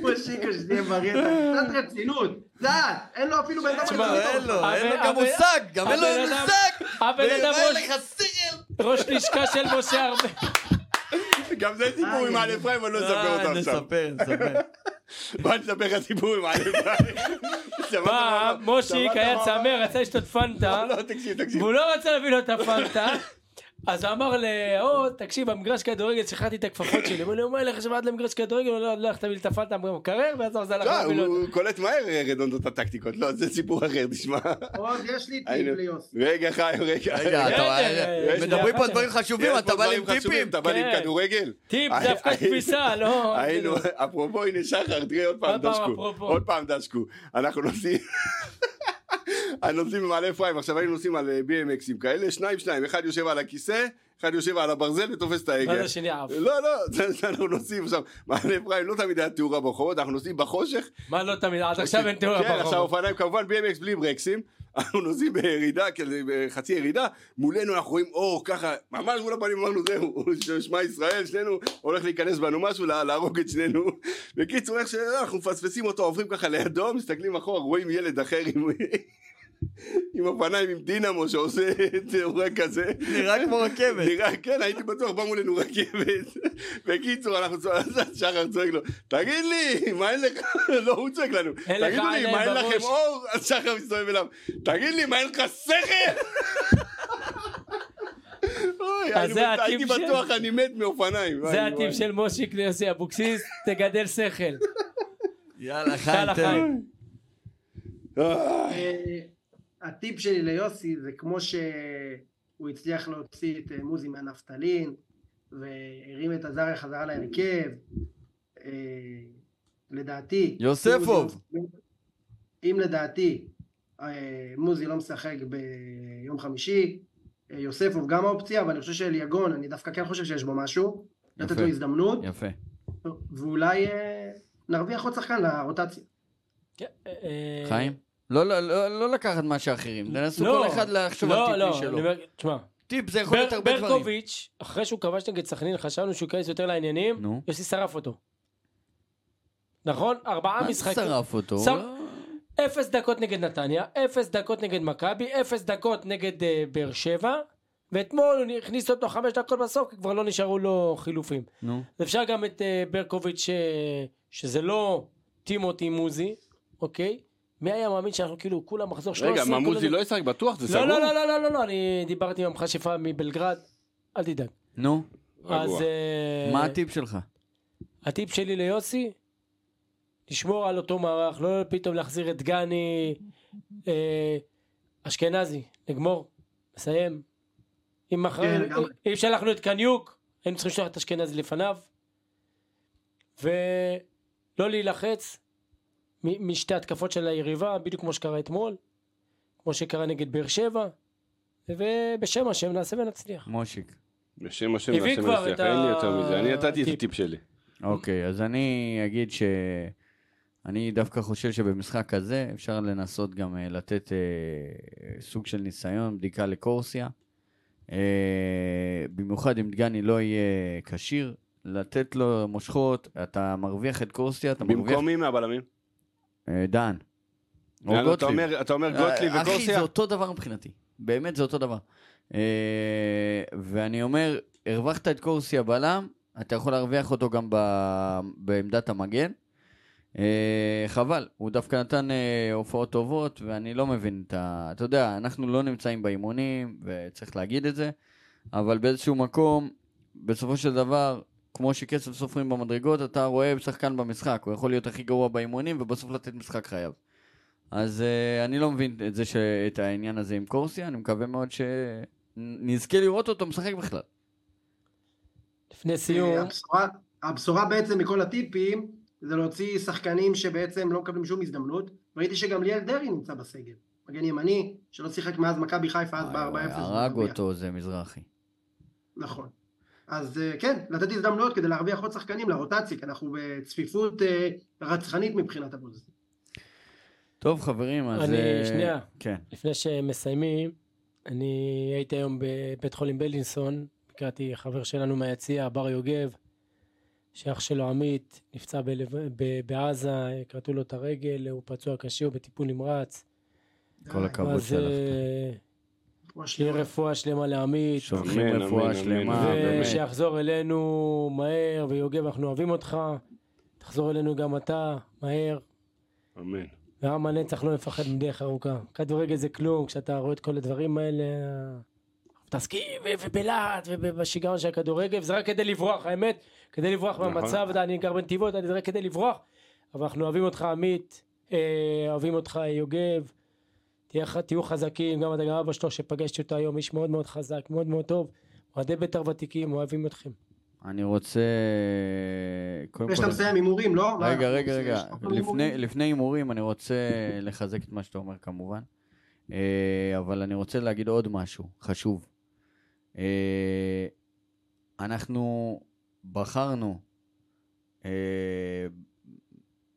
G: מושיקו שתהיה בריא, קצת רצינות. קצת, אין לו אפילו בן אדם
D: תשמע,
G: אחד
D: אין לו.
G: טוב.
D: אין לו גם מושג, גם אין לו מושג. הבן אדם ראש- ראש לשכה של משה ארבל.
C: גם זה סיפור
B: אה,
C: עם א' פריים, אבל לא נספר אותו עכשיו.
B: נספר.
C: בוא נספר לך סיפור עם א' פריים. שמעת מה אמר?
D: פעם, מושיק
C: שמעת
D: היה
C: מה אמר?
D: צמא, רצה לשתות פנטה,
C: לא, תקשיב, תקשיב.
D: והוא לא רצה להביא לו את הפנטה. אז הוא אמר לאו, תקשיב, במגרש כדורגל שחררתי את הכפפות שלי. הוא אומר לי, מה לך עכשיו עד למגרש כדורגל? הוא לא הלך, תביא לי את הפנטה במקרר, ואז הוא עזר לך
C: לא,
D: להביא לו.
C: הוא
D: אותה.
C: הוא קולט מהר אה, רדונדו את הטקטיקות, לא, זה סיפור אחר, תשמע.
G: עוד יש לי טיפ
C: היינו-
G: ליוסי.
C: רגע, חיים, רגע.
H: רגע,
D: רגע, רגע,
H: אתה... מדברים
D: רגע.
H: פה על דברים חשובים,
C: יש
H: אתה
C: פה
H: בא לי
C: דברים
H: עם
C: חשובים,
H: טיפים?
C: אתה בא לי
D: כן.
C: עם כדורגל?
D: טיפ,
C: הי-
D: זה דווקא
C: הי-
D: תפיסה, לא...
C: היינו, אפרופו, הנה שחר, תראה עוד פעם
D: עוד פעם,
C: דשקו,
D: אפרופו.
C: עוד פעם דשקו, אנחנו נוסעים, הנוסעים במעלה אפרים, עכשיו היינו נוסעים על אה, BMXים כאלה, שניים שניים, אחד יושב על הכיסא, אחד יושב על הברזל ותופס את ההגה.
D: ואז השני עף.
C: לא, לא, אנחנו נוסעים עכשיו, מעלה אפרים לא תמיד היה תאורה בחורות, אנחנו נוסעים בחושך,
D: מה לא תמיד, עד עכשיו אין תיאוריה
C: כן, עכשיו
D: ברחוב.
C: אופניים כמובן BMX בלי ברקסים. אנחנו נוסעים בירידה, כזה, בחצי ירידה, מולנו אנחנו רואים אור ככה, ממש מול הפנים אמרנו זהו, שמע ישראל, שנינו הולך להיכנס בנו משהו, לה- להרוג את שנינו. בקיצור, איך שאנחנו מפספסים אותו, עוברים ככה לידו, מסתכלים אחורה, רואים ילד אחר עם... עם אופניים עם דינמו שעושה תאורה כזה.
H: נראה כמו רכבת.
C: נראה, כן, הייתי בטוח, בא מולנו רכבת. בקיצור, אנחנו צועק, שחר צועק לו, תגיד לי, מה אין לך, לא, הוא צועק לנו,
D: אין לך
C: תגידו לי,
D: עיניים
C: מה אין
D: בראש."
C: לכם אור? אז שחר מסתובב אליו, תגיד לי, מה אין לך שכל? אוי,
D: אז זה
C: אני- הייתי
D: הטיפ של-
C: בטוח, אני מת מאופניים. וואי,
D: זה
C: וואי.
D: הטיפ של מושיק ליוסי אבוקסיס, תגדל שכל.
B: יאללה, חיים,
D: יאללה,
B: תן לי.
D: חיים.
C: אה,
G: אה, הטיפ שלי ליוסי זה כמו שהוא הצליח להוציא את אה, מוזי מהנפטלין, והרים את הזריה חזרה להרכב. אה, לדעתי... לא
H: יוספוב.
G: אם לדעתי אה, מוזי לא משחק ביום חמישי, אה, יוספוב גם האופציה, אבל אני חושב שאליגון, אני דווקא כן חושב שיש בו משהו. לתת
B: יפה.
G: לו הזדמנות,
B: יפה.
G: ואולי אה, נרוויח עוד שחקן לרוטציה.
D: כן, אה,
B: חיים? לא, לא, לא לא לקחת מה שאחרים, תנסו
D: לא,
B: כל אחד לחשוב על
D: לא,
B: טיפי
D: לא,
B: שלו.
D: אני אומר, תשמע,
B: טיפ זה יכול להיות
D: בר-
B: הרבה דברים.
D: ברקוביץ', אחרי שהוא כבש נגד סכנין, חשבנו שהוא ייכנס יותר לעניינים,
B: נו.
D: יוסי שרף אותו. נכון? ארבעה
B: מה
D: משחקים.
B: שרף אותו? לא.
D: שר- אפס דקות נגד נתניה, אפס דקות נגד מכבי, אפס דקות נגד אה, באר שבע, ואתמול הוא הכניס אותו חמש דקות בסוף, כי כבר לא נשארו לו חילופים.
B: נו,
D: אפשר גם את אה, ברקוביץ', אה, שזה לא טימותי מוזי, אוקיי? מי היה מאמין שאנחנו כאילו כולם מחזור 13?
C: רגע, מה,
D: כולם
C: מוזי
D: זה-
C: לא ישחק בטוח? זה סגור?
D: לא, לא, לא, לא, לא, לא, אני דיברתי עם המכשפה מבלגרד, אל תדאג.
B: נו,
C: רגוע.
D: אז... אה,
B: מה הטיפ שלך?
D: הטיפ שלי ליוסי, לשמור על אותו מערך, לא פתאום להחזיר את גני אה, אשכנזי, לגמור, לסיים. אם
G: כן,
D: מחר,
G: לגמרי.
D: אם שלחנו את קניוק, היינו צריכים לשלוח את אשכנזי לפניו. ולא להילחץ מ- משתי התקפות של היריבה, בדיוק כמו שקרה אתמול, כמו שקרה נגד באר שבע, ובשם השם נעשה ונצליח.
B: מושיק.
C: בשם השם,
D: הביא
C: והשם
D: כבר
C: יצליח,
D: את
C: אין לי
D: ה-
C: יותר מזה, אני נתתי את
D: הטיפ.
C: הטיפ שלי.
B: אוקיי, אז אני אגיד ש... אני דווקא חושב שבמשחק הזה אפשר לנסות גם אה, לתת אה, סוג של ניסיון, בדיקה לקורסיה. אה, במיוחד אם דגני לא יהיה כשיר, לתת לו מושכות, אתה מרוויח את קורסיה, אתה מרוויח...
C: במקום מי מהבלמים?
B: אה, דן. או
C: יאללה, אתה
B: גוטליב.
C: אומר- אתה אומר
B: אה,
C: גוטליב
B: אחי, זה
C: וקורסיה?
B: אותו דבר מבחינתי. באמת זה אותו דבר. אה, ואני אומר, הרווחת את קורסיה בלם, אתה יכול להרוויח אותו גם ב- בעמדת המגן. אה, חבל, הוא דווקא נתן אה, הופעות טובות, ואני לא מבין את ה... אתה יודע, אנחנו לא נמצאים באימונים, וצריך להגיד את זה, אבל באיזשהו מקום, בסופו של דבר, כמו שכסף סופרים במדרגות, אתה רואה שחקן במשחק, הוא יכול להיות הכי גרוע באימונים, ובסוף לתת משחק חייו. אז uh, אני לא מבין את, זה ש... את העניין הזה עם קורסיה, אני מקווה מאוד שנזכה לראות אותו משחק בכלל.
D: לפני סיום,
G: אה, הבשורה- הבשורה בעצם מכל הטיפים זה להוציא שחקנים שבעצם לא מקבלים שום הזדמנות. ראיתי שגם ליאל דרעי נמצא בסגל. מגן ימני, שלא שיחק מאז מכבי חיפה, אז
B: וואי, וואי,
G: ב-4-0.
B: הרג אותו זה מזרחי.
G: נכון. אז אה, כן, לתת הזדמנויות כדי להרוויח עוד שחקנים לרוטציה, כי אנחנו בצפיפות אה, רצחנית מבחינת הבוז.
B: טוב חברים, אז...
D: אני-
B: אה,
D: שנייה.
B: כן.
D: לפני שמסיימים, אני הייתי היום בבית חולים בלינסון, ביקרתי חבר שלנו מהיציע, בר יוגב, שאח שלו עמית נפצע בלב... ב... בעזה, קרטו לו את הרגל, הוא פצוע קשה, הוא בטיפול נמרץ.
B: כל הכבוד.
D: אז
B: שלך.
D: אה,
G: כמו
D: שיהיה
G: השיר.
D: רפואה שלמה לעמית,
B: שולחים
C: אמן,
B: רפואה
C: אמן,
B: שלמה,
C: אמן.
B: באמת.
D: ושיחזור אלינו מהר, ויוגב, אנחנו אוהבים אותך, תחזור אלינו גם אתה, מהר.
C: אמן.
D: ועם הנצח לא יפחד מדרך ארוכה. כדורגל זה כלום, כשאתה רואה את כל הדברים האלה... מתעסקים ו- ובלהט ובשיגעון של הכדורגל, וזה רק כדי לברוח, האמת, כדי לברוח
C: נכון.
D: מהמצב, אתה יודע, אני גר בנתיבות, אני- זה רק כדי לברוח, אבל אנחנו אוהבים אותך עמית, אה, אוהבים אותך יוגב, תהיה ח- תהיו חזקים, גם אתה גם אבא שלו שפגשתי אותו היום, איש מאוד מאוד חזק, מאוד מאוד טוב, אוהדי בית"ר ותיקים, אוהבים אתכם.
B: אני רוצה... קודם
G: לפני שאתה
B: כל-
G: מסיים הימורים, לא? מה
B: רגע,
G: אנחנו
B: רגע,
G: עושים?
B: רגע.
G: יש לך פה
B: לפני-
G: הימורים?
B: לפני הימורים אני רוצה לחזק את מה שאתה אומר כמובן, אה, אבל אני רוצה להגיד עוד משהו חשוב. אה, אנחנו בחרנו אה,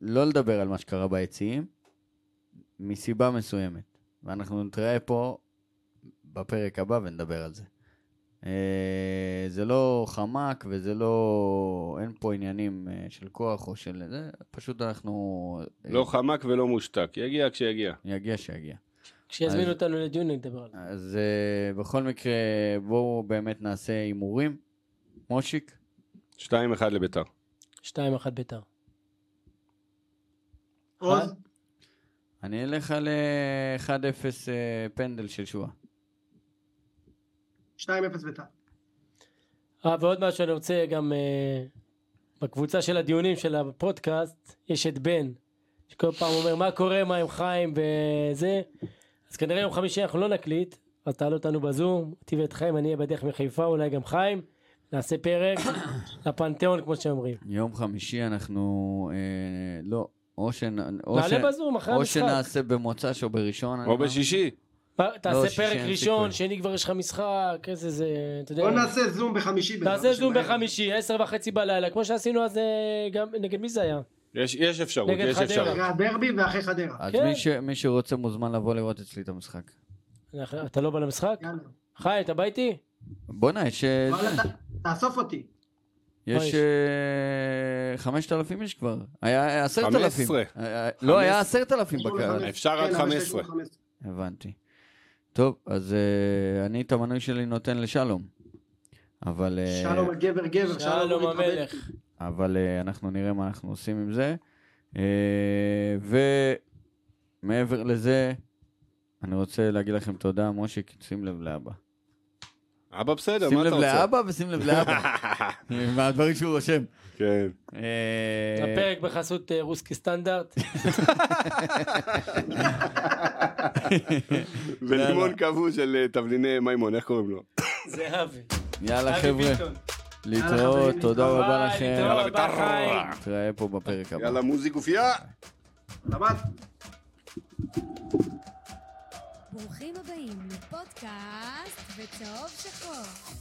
B: לא לדבר על מה שקרה ביציעים, מסיבה מסוימת. ואנחנו נתראה פה בפרק הבא ונדבר על זה. אה, זה לא חמק וזה לא... אין פה עניינים אה, של כוח או של... זה, פשוט אנחנו... אה,
C: לא חמק ולא מושתק, יגיע כשיגיע.
B: יגיע שיגיע.
D: כשיזמינו
B: אז-
D: אותנו לדיון נדבר על זה.
B: אז אה, בכל מקרה, בואו באמת נעשה הימורים. מושיק,
C: 2-1 לביתר.
D: 2-1 בית"ר.
G: עוז,
B: אני אלך על אה, 1-0 אה, פנדל של שועה.
G: 2-0 בית"ר.
D: אה, ועוד משהו אני רוצה גם אה, בקבוצה של הדיונים של הפודקאסט, יש את בן, שכל פעם אומר מה קורה, מה עם חיים וזה, אז כנראה יום חמישי אנחנו לא נקליט, אז תעלו אותנו בזום, אותי ואת חיים, אני אהיה בדרך מחיפה, אולי גם חיים, נעשה פרק לפנתיאון כמו שאומרים.
B: יום חמישי אנחנו... אה, לא, או שנ- או ש...
D: נעלה בזום אחרי
B: או
D: המשחק.
B: שנעשה במוצ"ש או בראשון. אני
C: או
B: מאמין.
C: בשישי.
D: מה,
B: לא,
D: תעשה
B: שישי
D: פרק
B: אין
D: ראשון,
B: סיכוי.
D: שני כבר יש לך משחק, איזה זה, אתה יודע.
G: בוא נעשה זום בחמישי. בעזרת
D: תעשה
G: השם,
D: זום
G: מהר.
D: בחמישי, עשר וחצי בלילה, כמו שעשינו אז אה, גם, נגד מי זה היה?
C: יש- יש אפשרות,
D: נגד
C: יש
D: חדרה.
C: אפשרות.
G: אחרי הדרבי ואחרי חדרה.
B: אז
D: כן.
B: מי, ש... מי שרוצה מוזמן לבוא לראות אצלי את המשחק.
D: אנחנו- אתה לא בא למשחק?
G: יאללה.
D: חיים, אתה בא איתי?
B: בואנה, יש... אה,
G: וואלה,
B: זה.
G: ת- תאסוף אותי.
B: יש...
D: יש?
B: אה, 5,000 איש כבר. היה 10,000.
C: 15.
B: אה, אה, לא, היה 10,000
G: יש לנו
B: בקהל.
G: חמש.
C: אפשר עד
G: כן, אבל יש
C: 15.
G: לנו חמש.
B: הבנתי. טוב, אז אה, אני את המנוי שלי נותן לשלום. אבל... אה,
G: שלום הגבר גבר,
D: שלום
G: המתחבק.
D: המלך.
B: אבל אה, אנחנו נראה מה אנחנו עושים עם זה. אה, ומעבר לזה, אני רוצה להגיד לכם תודה, מושיק, שים לב לאבא.
C: אבא בסדר,
B: שים
C: לא, מה
B: לב
C: אתה רוצה?
B: לאבא ושים לב לאבא. מהדברים שהוא רושם.
C: כן.
B: אה,
D: הפרק בחסות אה, רוסקי סטנדרט.
C: ולימון קבוע של אה, תבליני מימון, איך קוראים לו?
D: זהבי.
B: יאללה
D: אבי
B: חבר'ה,
D: ביטון.
B: להתראות,
G: חברים.
B: תודה רבה לכם.
D: יאללה, ביי,
C: בית"ר.
D: חיים.
B: נתראה פה בפרק הבא.
C: יאללה, מוזי גופייה!
G: למדת?
A: ברוכים הבאים לפודקאסט בצהוב שחור.